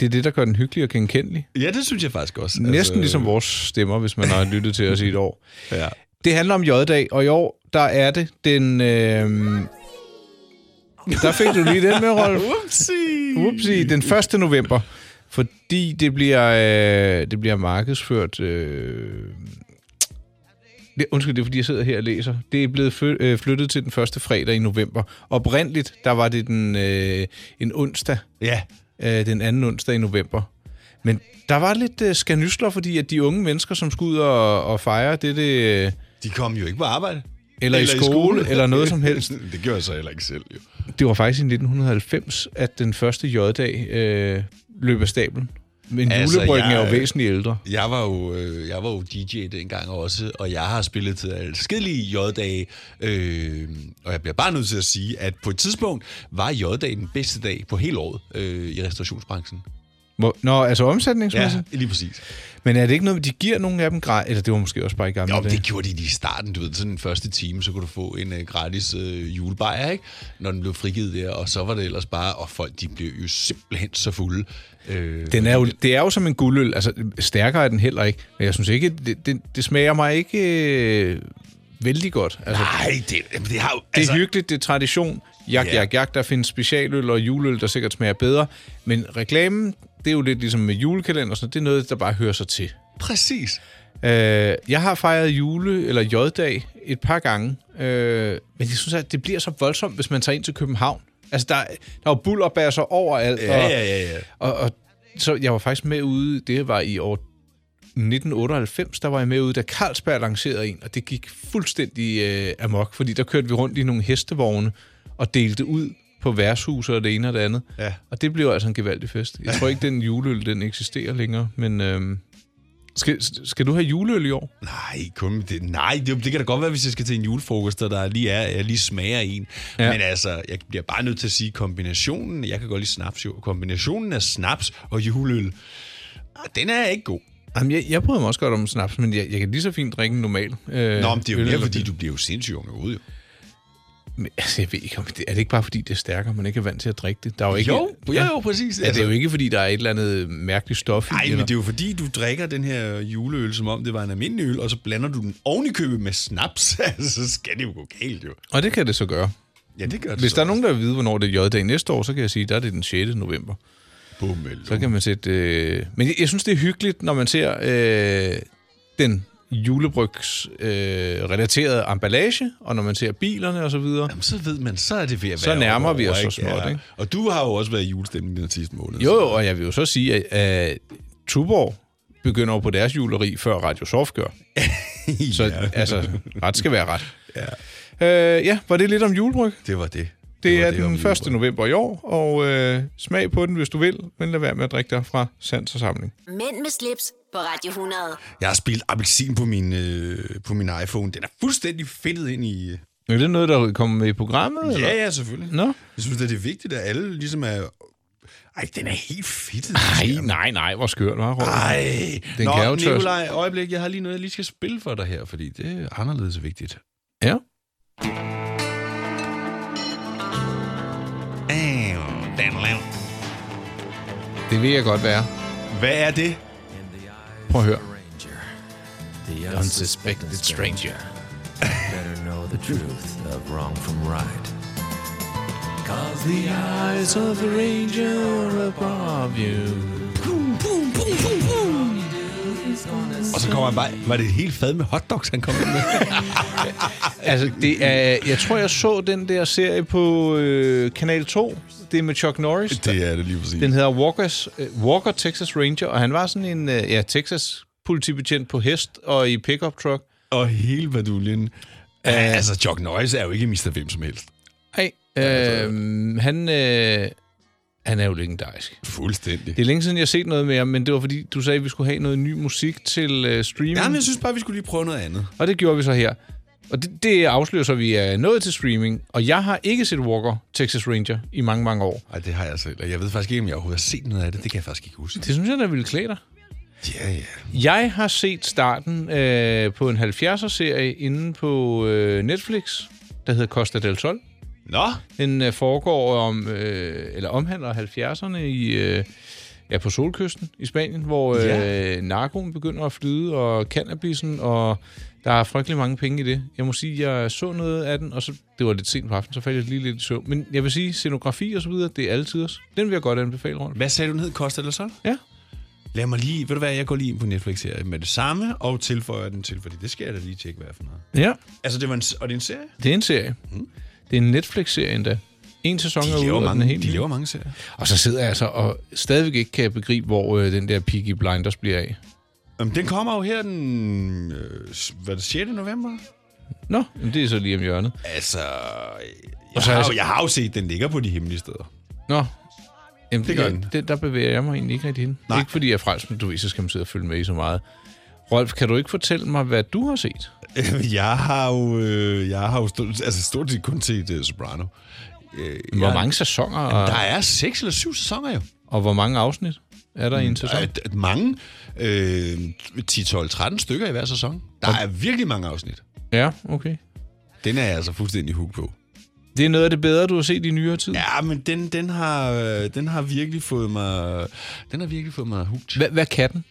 B: det er det, der gør den hyggelig og genkendelig.
C: Ja, det synes jeg faktisk også. Altså,
B: Næsten ligesom vores stemmer, hvis man har lyttet til os i et år.
C: Ja.
B: Det handler om J-dag, og i år, der er det den... Øh, der fik du lige den med, Rolf.
C: Upsi!
B: Upsi, den 1. november. Fordi det bliver, øh, det bliver markedsført... Øh, det, undskyld, det er fordi, jeg sidder her og læser. Det er blevet fø- øh, flyttet til den første fredag i november. Oprindeligt, der var det den, øh, en onsdag,
C: Ja.
B: øh, den anden onsdag i november. Men der var lidt øh, skanysler, fordi at de unge mennesker, som skulle ud og, og fejre det, det,
C: De kom jo ikke på arbejde.
B: Eller, eller i skole, i skole, eller noget som helst.
C: det gjorde jeg så heller ikke selv, jo.
B: Det var faktisk i 1990, at den første J-dag øh, løb af stablen. Men altså,
C: Altså,
B: julebryggen
C: jeg-
B: er jo væsentligt ældre.
C: Jeg var jo, øh, jeg var jo DJ dengang også, og jeg har spillet til adskillige J-dage. Øh, og jeg bliver bare nødt til at sige, at på et tidspunkt var J-dagen den bedste dag på hele året øh, i restaurationsbranchen.
B: Hvor- Nå, altså
C: Ja,
B: omsætningsmæssigt.
C: lige præcis.
B: Ja. Men er det ikke noget, de giver nogle af dem gratis? Eller det var måske også bare i gamle
C: Jo, men
B: dage.
C: det gjorde de lige i starten, du ved, sådan den første time, så kunne du få en uh, gratis uh, julebajer, ikke? Når den blev frigivet der, og så var det ellers bare, og folk, de blev jo simpelthen så fulde. Øh,
B: Den er jo, det er jo som en guldøl. Altså, stærkere er den heller ikke. Men jeg synes ikke, det, det, det smager mig ikke øh, vældig godt. Altså,
C: Nej, det, jamen, det har jo... altså-
B: det er hyggeligt, det er tradition. Jak,
C: Ja.
B: jak, jak. Der findes specialøl og juleøl, der sikkert smager bedre. Men reklamen, det er jo lidt ligesom med julekalender. og Sådan, noget. det er noget, der bare hører sig til.
C: præcis.
B: Øh, jeg har fejret jule- eller J-dag et par gange, øh, men jeg synes, at det bliver så voldsomt, hvis man tager ind til København. Altså, der, er- der er jo bullerbasser overalt.
C: Ja,
B: og,
C: ja, ja, ja.
B: Og, og, så jeg var faktisk med ude, det var i år 1998, der var jeg med ude, da Carlsberg lancerede en, og det gik fuldstændig øh, amok, fordi der kørte vi rundt i nogle hestevogne og delte ud på værtshuset og det ene og det andet.
C: Ja.
B: Og det blev altså en gevaldig fest. Jeg tror ikke, den juleøl, den eksisterer længere, men... Øh, skal, skal du have juleøl i år?
C: Nej, kun det, nej det, det kan da godt være, hvis jeg skal til en julefrokost, og der lige er, jeg lige smager en.
B: Ja.
C: Ja. Men altså, jeg bliver bare nødt til at sige, kombinationen, jeg kan godt lide snaps jo, kombinationen af snaps og juleøl, ah, den er ikke god.
B: Jamen, jeg, jeg prøver mig også godt om snaps, men jeg, jeg kan lige så fint drikke en normal. Øh,
C: Nå, men det er jo
B: øl
C: mere,
B: eller
C: fordi
B: bil.
C: du bliver jo sindssygt unge ude, jo.
B: Men, altså, jeg ved ikke, om det, er det ikke bare, fordi det er stærkere, man ikke er vant til at drikke det? Der er jo, Altså, ikke,
C: Jo, jo, jo, præcis.
B: Ja, det er jo ikke, fordi der er et eller andet mærkeligt stof i.
C: Altså- Nej, men
B: eller-
C: det er jo fordi, du drikker den her juleøl, som om det var en almindelig øl, og så blander du den oven i købet med snaps. Altså, så skal det jo gå galt, jo.
B: Og det kan det så gøre.
C: Ja, det gør det
B: Hvis
C: så
B: der er nogen, der vil vide, hvornår det er J-dag næste år, så kan jeg sige, der er det den 6. november.
C: Bummel.
B: Så kan man sætte... Øh... Men jeg, jeg synes, det er hyggeligt, når man ser øh, den julebrygs øh, relaterede emballage, og når man ser bilerne og så videre.
C: Jamen, så ved man, så er det ved at
B: Så
C: være
B: nærmer
C: over,
B: vi os så småt, ikke?
C: Og du har jo også været i julestemning den sidste måned.
B: Jo, jo, og jeg vil jo så sige, at, at Tuborg begynder jo på deres juleri, før Radio Soft gør.
C: så
B: Så ja. altså, ret skal være ret. Ja. Øh, ja, var det lidt om julebryg?
C: det var det.
B: Det
C: var
B: er
C: om
B: den 1.
C: julebrød.
B: november i år, og øh, smag på den, hvis du vil, men lad være med at drikke dig fra sans og samling.
A: Mænd med slips på Radio 100.
C: Jeg har spillet appelsin på min, øh, på min iPhone. Den er fuldstændig fedtet ind i... øh,
B: Er det noget, der kommer med i programmet? Eller?
C: Ja, ja, selvfølgelig.
B: Nå?
C: Jeg synes, at det er vigtigt, at alle ligesom er... Ej, den er helt fedtet.
B: Nej, nej, nej, hvor skørt, var Rolf?
C: Ej,
B: Den
C: Nå,
B: kan jo tørres.
C: Nikolaj, Ah. øjeblik, jeg har lige noget, jeg lige skal spille for dig her, fordi det er anderledes vigtigt.
B: Ja. Det vil jeg godt være.
C: Hvad er det?
B: Prøv at høre.
H: The unsuspected stranger. Better know the truth of wrong from right. Cause the eyes of the ranger are above you.
C: Og så kommer han bare... Var det et helt fad med hotdogs, han kom ind med?
B: Altså, det er, jeg tror, jeg så den der serie på øh, Kanal 2. Det er med Chuck Norris.
C: det er det lige præcis.
B: Den hedder Walkers, øh, Walker Texas Ranger, og han var sådan en øh, ja, Texas politibetjent på hest og i pickup truck.
C: Og hele baduljen. altså, Chuck Norris er jo ikke Mr. Hvem som helst.
B: Hey, øh, han, øh, han er jo legendarisk.
C: Fuldstændig.
B: Det er længe siden, jeg har set noget med ham, men det var fordi, du sagde, at vi skulle have noget ny musik til øh, streaming,
C: Jamen, jeg synes bare, vi skulle lige prøve noget andet.
B: og det gjorde vi så her. Og det, det afslører så, at vi er nået til streaming, og jeg har ikke set Walker Texas Ranger i mange, mange år.
C: Nej, det har jeg selv. og Jeg ved faktisk ikke, om jeg overhovedet har set noget af det. Det kan jeg faktisk ikke huske.
B: Det synes jeg, der ville klæde dig.
C: Ja, ja.
B: Jeg har set starten øh, på en 70'er-serie inde på øh, Netflix, der hedder Costa del Sol.
C: Nå,
B: Den øh, foregår om, øh, eller omhandler 70'erne i, øh, ja, på solkysten i Spanien, hvor øh, ja. narkoen begynder at flyde, og cannabisen, og der er frygtelig mange penge i det. Jeg må sige, jeg så noget af den, og så, det var lidt sent på aftenen, så faldt jeg lige lidt i søvn. Men jeg vil sige, scenografi og så videre, det er alle tiders. Den vil jeg godt anbefale, rundt.
C: hvad sagde du, den hed? Kost eller så?
B: Ja.
C: Lad mig lige... Ved du hvad, jeg går lige ind på Netflix her med det samme, og tilføjer den til, fordi det skal jeg da lige tjekke, hvad er for noget.
B: Ja,
C: Altså, det var en, og det er en serie?
B: det er en serie. Mm. Det er en Netflix-serie endda. En sæson er ude,
C: Mhm. De laver,
B: og den er
C: mange,
B: helt
C: de
B: ny.
C: laver mange serier.
B: Og så sidder jeg altså og stadigvæk ikke kan begribe, hvor øh, den der Peaky Blinders bliver af.
C: Jamen, den kommer jo her den... Øh, hvad er det, 6. november?
B: Nå, men det er så lige om hjørnet.
C: Altså,
B: Og
C: jeg,
B: så er
C: har,
B: jeg så-
C: jo- jeg har jo set, den ligger på de hemmelige steder.
B: Nå. Jamen,
C: Det
B: det
C: gør
B: gør
C: den.
B: jeg, det, der bevæger jeg mig egentlig ikke rigtig hen.
C: Nej.
B: Ikke fordi jeg er fransk, men du ved, så skal man sidde og følge med i så meget. Rolf, kan du ikke fortælle mig, hvad du har set?
C: Jeg har jo, øh, jeg har jo stort, altså stort set kun set uh, Soprano.
B: Hvor mange sæsoner, og,
C: Der er seks eller syv sæsoner jo.
B: og hvor mange afsnit er der i en sæson?
C: Der er d- mange. Øh, 10, 12, 13 stykker i hver sæson. Der er virkelig mange afsnit.
B: Ja, okay.
C: Den er jeg altså fuldstændig hooked på.
B: Det er noget af det bedre, du har set i nyere tid.
C: Ja, men den, den, har, øh, den har virkelig fået mig... Den har virkelig fået mig hooked.
B: Hvad, hvad kan den?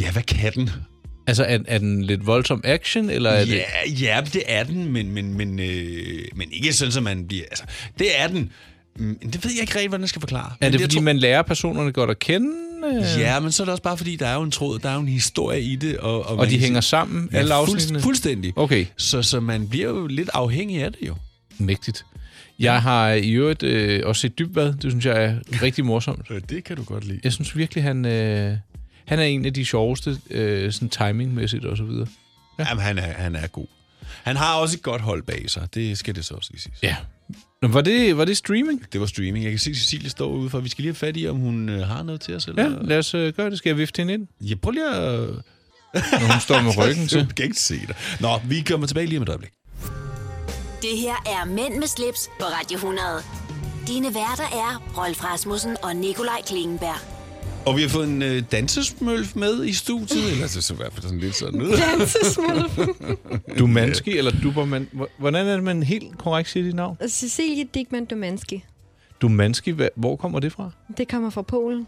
C: Ja, hvad kan den?
B: Altså, er, er den lidt voldsom action, eller er det...
C: Ja, ja, det er den, men, men, men, øh, men ikke sådan, at man bliver... Altså, det er den. Men det ved jeg ikke rigtig, hvordan jeg skal forklare.
B: Er
C: Men
B: det,
C: jeg
B: fordi
C: tror-
B: man lærer personerne godt at kende? øh,
C: Ja, men så er det også bare, fordi der er jo en tråd, der er jo en historie i det. Og, og, man
B: Og de
C: kan
B: hænger
C: sige-
B: sammen,
C: ja,
B: alle
C: fuldst-
B: afsnittene?
C: Fuldstændig.
B: Okay.
C: Så, så man bliver jo lidt afhængig af det jo.
B: Mægtigt. Jeg har i øvrigt øh, også set Dybvad. Det synes jeg er rigtig morsomt.
C: Øh, Det kan du godt lide.
B: Jeg synes virkelig, han, øh, han er en af de sjoveste, øh, sådan timingmæssigt og så videre.
C: Ja. Jamen, han er, han er god. Han har også et godt hold bag sig. Det skal det så også lige siges.
B: Ja. Nå, var det, var det streaming?
C: Det var streaming. Jeg kan se, at Cecilie står ude for. Vi skal lige have fat i, om hun øh, har noget til os. Eller?
B: Ja, lad os øh, gøre det. Skal jeg vifte hende ind?
C: Jeg prøver lige at...
B: Når hun står med ryggen til.
C: Jeg kan ikke se dig. Nå, vi kommer tilbage lige om et øjeblik.
A: Det her er Mænd med slips på Radio 100. Dine værter er Rolf Rasmussen og Nikolaj Klingenberg.
C: Og vi har fået en øh, dansesmølf med i studiet. Eller det så i hvert fald sådan lidt sådan ud.
B: Du Manski eller Duberman. Hvor- Hvordan er det, man helt korrekt siger dit navn?
I: Cecilie Digman Domanski.
B: Du Manski, hva- hvor kommer det fra?
I: Det kommer fra Polen.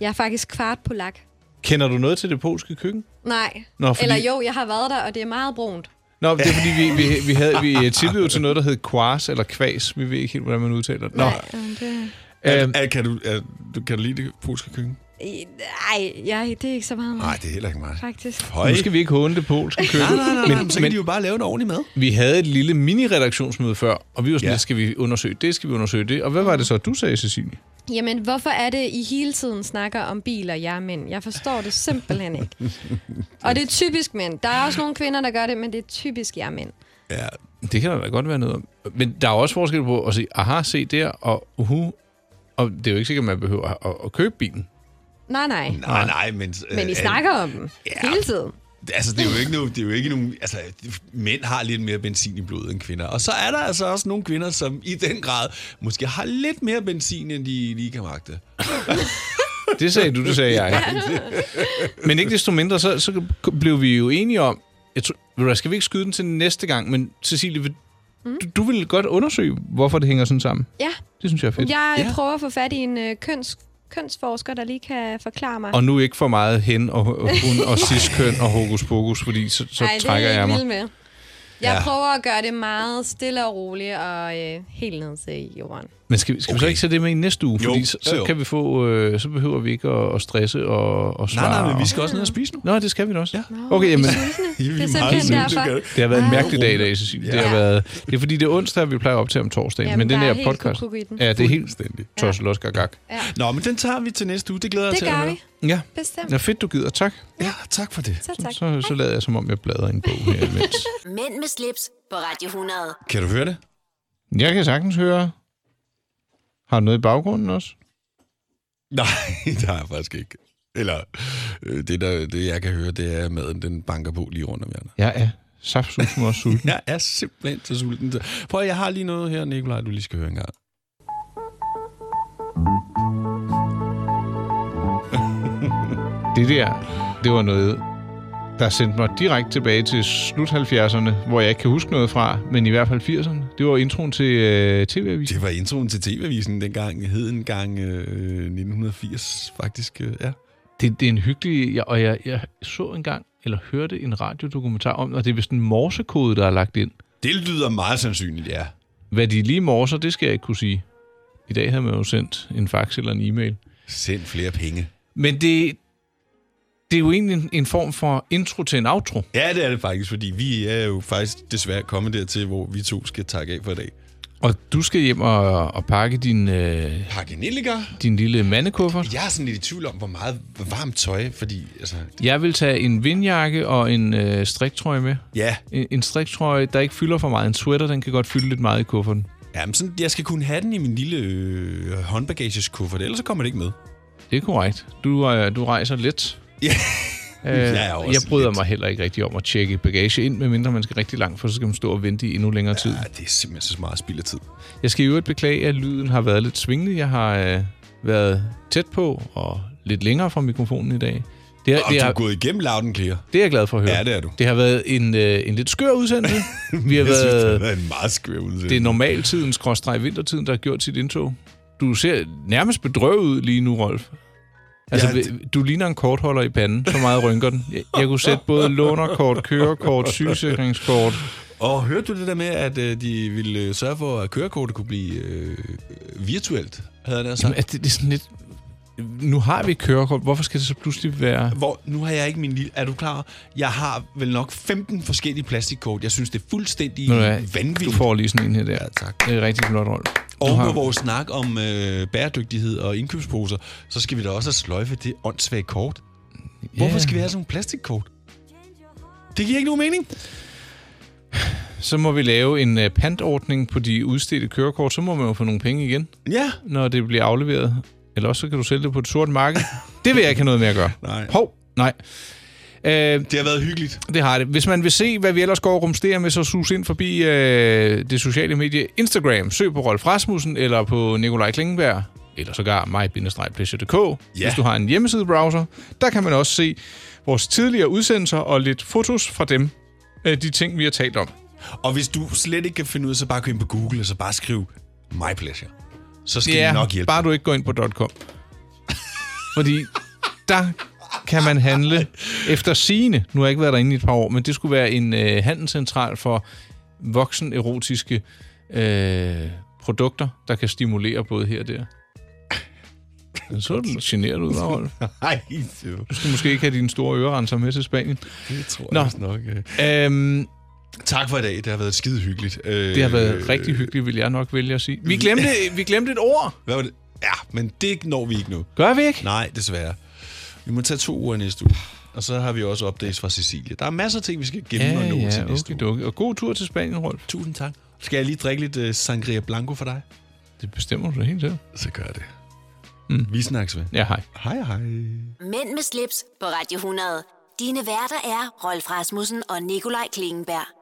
I: Jeg er faktisk kvart polak.
B: Kender du noget til det polske køkken?
I: Nej.
B: Nå, fordi-
I: Eller jo, jeg har været der, og det er meget brunt.
B: Nå, det er fordi, vi, vi, vi, havde, vi øh, tippede jo til noget, der hed kvars eller kvas. Vi ved ikke helt, hvordan man udtaler det. Nå,
I: Nej, jamen, det...
B: øhm,
C: Er, kan, du, er, du, kan du lide det polske køkken?
I: Ej, jeg, det er ikke så meget mig,
C: Nej, det er heller ikke mig.
I: faktisk.
C: Høj.
B: nu skal vi ikke håne det polske køkken.
C: Nej, nej, nej, nej, men, så kan
B: men,
C: men, de jo bare lave en ordentlig mad.
B: Vi havde et lille mini-redaktionsmøde før, og vi var sådan,
C: Ja.
B: ja. skal vi undersøge det, skal vi undersøge det. Og hvad var det så, du sagde, Cecilie?
I: Jamen, hvorfor er det, I hele tiden snakker om biler, jer mænd? Jeg forstår det simpelthen ikke. Og det er typisk mænd. Der er også nogle kvinder, der gør det, men det er typisk jer mænd.
B: Det kan der da godt være noget om. Men der er også forskel på at sige, aha, se der, og uhu. Og det er jo ikke sikkert, at man behøver at, at, at købe bilen.
I: Nej, nej.
C: Nej, nej, men... øh,
I: Men I
C: øh,
I: snakker om dem
C: ja.
I: hele tiden.
C: Altså, det er jo ikke nogen... Det er jo ikke nogen altså, mænd har lidt mere benzin i blodet end kvinder. Og så er der altså også nogle kvinder, som i den grad måske har lidt mere benzin, end de lige kan magte.
B: Det sagde du, det sagde jeg. men ikke desto mindre, så, så blev vi jo enige om, jeg tror, ved du hvad, skal vi ikke skyde den til næste gang, men Cecilie, vil,
I: Mm.
B: du, du vil godt undersøge, hvorfor det hænger sådan sammen.
I: Ja,
B: Det synes jeg er fedt.
I: jeg prøver at få fat i en øh, køns, kønsforsker, der lige kan forklare mig.
B: Og nu ikke for meget hen og, og hun og cis-køn og hokus pokus, fordi så, så
I: Ej, det er
B: trækker
I: jeg
B: jeg
I: ikke
B: mig.
I: vild med. Jeg prøver at gøre det meget stille og roligt og øh, helt ned til jorden.
B: Men skal, vi- skal okay. vi så ikke tage det med i næste uge?
C: Jo,
B: Fordi så, så
C: jo, jo.
B: kan vi få, øh, så behøver vi ikke at, at stresse og, og svare.
C: Nej, nej, men vi skal også ned og spise nu.
B: og... Nå, det skal vi da også. Ja. Okay, jamen,
I: Det er simpelthen derfor.
B: det har været en mærkelig dag i dag, Cecilie. Det, har
I: Ja.
B: været, det er fordi, det er onsdag, og vi plejer at optage om torsdagen.
I: Jamen,
B: men den
I: der er
B: her
I: helt
B: podcast...
I: kukuk i den.
B: Ja, det er helt tosseloskergak.
C: Nå, men den tager vi til næste uge. Det glæder jeg
I: Det
C: til
I: gør
C: at høre.
I: vi,
B: Ja.
I: bestemt.
B: ja, fedt du gider. Tak.
C: Ja, tak for det.
I: Så tak.
B: Så, så lader jeg, som om jeg bladrer i en bog her imens.
A: Mænd med slips på Radio 100.
C: Kan du høre det?
B: Jeg kan sagtens høre... Har du noget i baggrunden også?
C: Nej, det har jeg faktisk ikke. Eller, øh, det, der, det jeg kan høre, det er at maden, den banker på lige rundt om hjørnet.
B: Jeg er saftsusme og sulten.
C: Jeg er simpelthen så sulten. Prøv, jeg har lige noget her, Nikolaj, du lige skal høre en gang.
B: Det der, det var noget, der sendte mig direkte tilbage til slut 70'erne, hvor jeg ikke kan huske noget fra, men i hvert fald 80'erne. Det var introen til øh, TV-avisen.
C: Det var introen til TV-avisen dengang, hed en gang øh, 1980, faktisk. Øh, ja.
B: Det, det er en hyggelig... Jeg, og jeg, jeg så engang, eller hørte en radiodokumentar om, det, og det er vist en morsekode, der er lagt ind.
C: Det lyder meget sandsynligt, ja.
B: Hvad de lige morser, det skal jeg ikke kunne sige. I dag havde man jo sendt en fax eller en e-mail.
C: Send flere penge.
B: Men det, det er jo egentlig en, en form for intro til en outro.
C: Ja, det er det faktisk, fordi vi er jo faktisk desværre kommet dertil, hvor vi to skal takke af for i dag.
B: Og du skal hjem og, og pakke din, øh,
C: Pakke Nilliger.
B: din lille mandekuffert.
C: Jeg er sådan lidt i tvivl om, hvor meget varmt tøj, fordi... Altså,
B: Jeg vil tage en vindjakke og en øh, striktrøje med.
C: ja,
B: En, en striktrøje, der ikke fylder for meget. En sweater, den kan godt fylde lidt meget i kufferten.
C: jamen sådan, jeg skal kunne have den i min lille øh, håndbagageskuffert, ellers så kommer det ikke med.
B: Det er korrekt. Du, øh, du rejser lidt.
C: Ja.
B: Øh,
C: Jeg
B: jeg,
C: er også
B: jeg bryder
C: lidt.
B: mig heller ikke rigtig om at tjekke bagage ind, medmindre man skal rigtig langt, for så skal man stå og vente i endnu længere tid.
C: Ja, det er simpelthen så meget spild af tid.
B: Jeg skal i øvrigt beklage, at lyden har været lidt svingende. Jeg har øh, været tæt på og lidt længere fra mikrofonen i dag. Det er,
C: Og
B: det
C: du
B: er,
C: er gået igennem loud and clear.
B: det er jeg glad for at høre.
C: Ja, det er du.
B: Det har været en, øh, en lidt skør udsendelse. Vi har
C: Jeg synes, det har
B: været,
C: været en meget skør udsendelse.
B: det er normaltiden, skråstrej vintertiden, der har gjort sit indtog. Du ser nærmest bedrøvet ud lige nu, Rolf. Altså,
C: Ja,
B: ja, du ligner en kortholder i panden, så meget rynker den. Jeg, jeg kunne sætte både lånerkort, kørekort, sygesikringskort.
C: Og hørte du det der med, at øh, de ville øh, sørge for, at kørekortet kunne blive øh, virtuelt? Havde jeg nær sagt.
B: Jamen, er det, det er sådan lidt... Nu har vi et kørekort, hvorfor skal det så pludselig være...
C: Hvor, nu har jeg ikke min lille... Er du klar? Jeg har vel nok 15 forskellige plastikkort. Jeg synes, det er fuldstændig
B: Ved du hvad, Du
C: vanvittigt.
B: får lige sådan en her der.
C: Ja, tak.
B: Det er rigtig flot, Rolf. Du
C: Og på
B: har,
C: vores snak om øh, bæredygtighed og indkøbsposer, så skal vi da også have sløjfe det åndssvage kort. Hvorfor
B: Ja.
C: skal vi have sådan nogle plastikkort? Det giver ikke nogen mening.
B: Så må vi lave en uh, pantordning på de udstedte kørekort, så må man jo få nogle penge igen,
C: Ja.
B: når det bliver afleveret. Eller også så kan du sælge det på et sort marked. det vil jeg ikke have noget med at gøre.
C: Nej.
B: Hov, nej. Øh,
C: Det har været hyggeligt.
B: det har det. Hvis man vil se, hvad vi ellers går og rumsterer med, så sus ind forbi øh, det sociale medie Instagram. Søg på Rolf Rasmussen eller på Nikolaj Klingenberg eller sågar mig-pleasure.dk,
C: Ja.
B: hvis du har en hjemmesidebrowser. Der kan man også se vores tidligere udsendelser og lidt fotos fra dem. Øh, de ting, vi har talt om.
C: Og hvis du slet ikke kan finde ud af, så bare gå ind på Google og så bare skriv My Pleasure. Så skal
B: Ja,
C: det nok hjælpe.
B: bare du ikke går ind på .com. Fordi der kan man handle efter sigende. Nu har jeg ikke været derinde i et par år, men det skulle være en øh, handelscentral for voksen erotiske øh, produkter, der kan stimulere både her og der. Den så lidt generet ud, hva', Rolf.
C: Nej, det
B: Du skal måske ikke have dine store ørerenser med til Spanien.
C: tror
B: Nå.
C: jeg vist nok. øh.
B: Øhm,
C: Tak for i dag. Det har været skide hyggeligt. Øh,
B: det har været rigtig hyggeligt, vil jeg nok vælge at sige. Vi glemte, vi glemte et ord.
C: Hvad var det? Ja, men det når vi ikke nu.
B: Gør vi ikke?
C: Nej, desværre. Vi må tage to uger næste uge. Og så har vi også updates fra Cecilie. Der er masser af ting, vi skal gemme og nå
B: ja,
C: til næste
B: okay,
C: uge.
B: okay. Og god tur til Spanien, Rolf.
C: Tusind tak. Skal jeg lige drikke lidt uh, Sangria Blanco for dig?
B: Det bestemmer du da helt selv.
C: Så gør jeg det. Mm. Vi snakkes ved.
B: Ja, hej.
C: Hej hej.
A: Mænd med slips på Radio 100. Dine værter er Rolf Rasmussen og Nikolaj Klingenberg.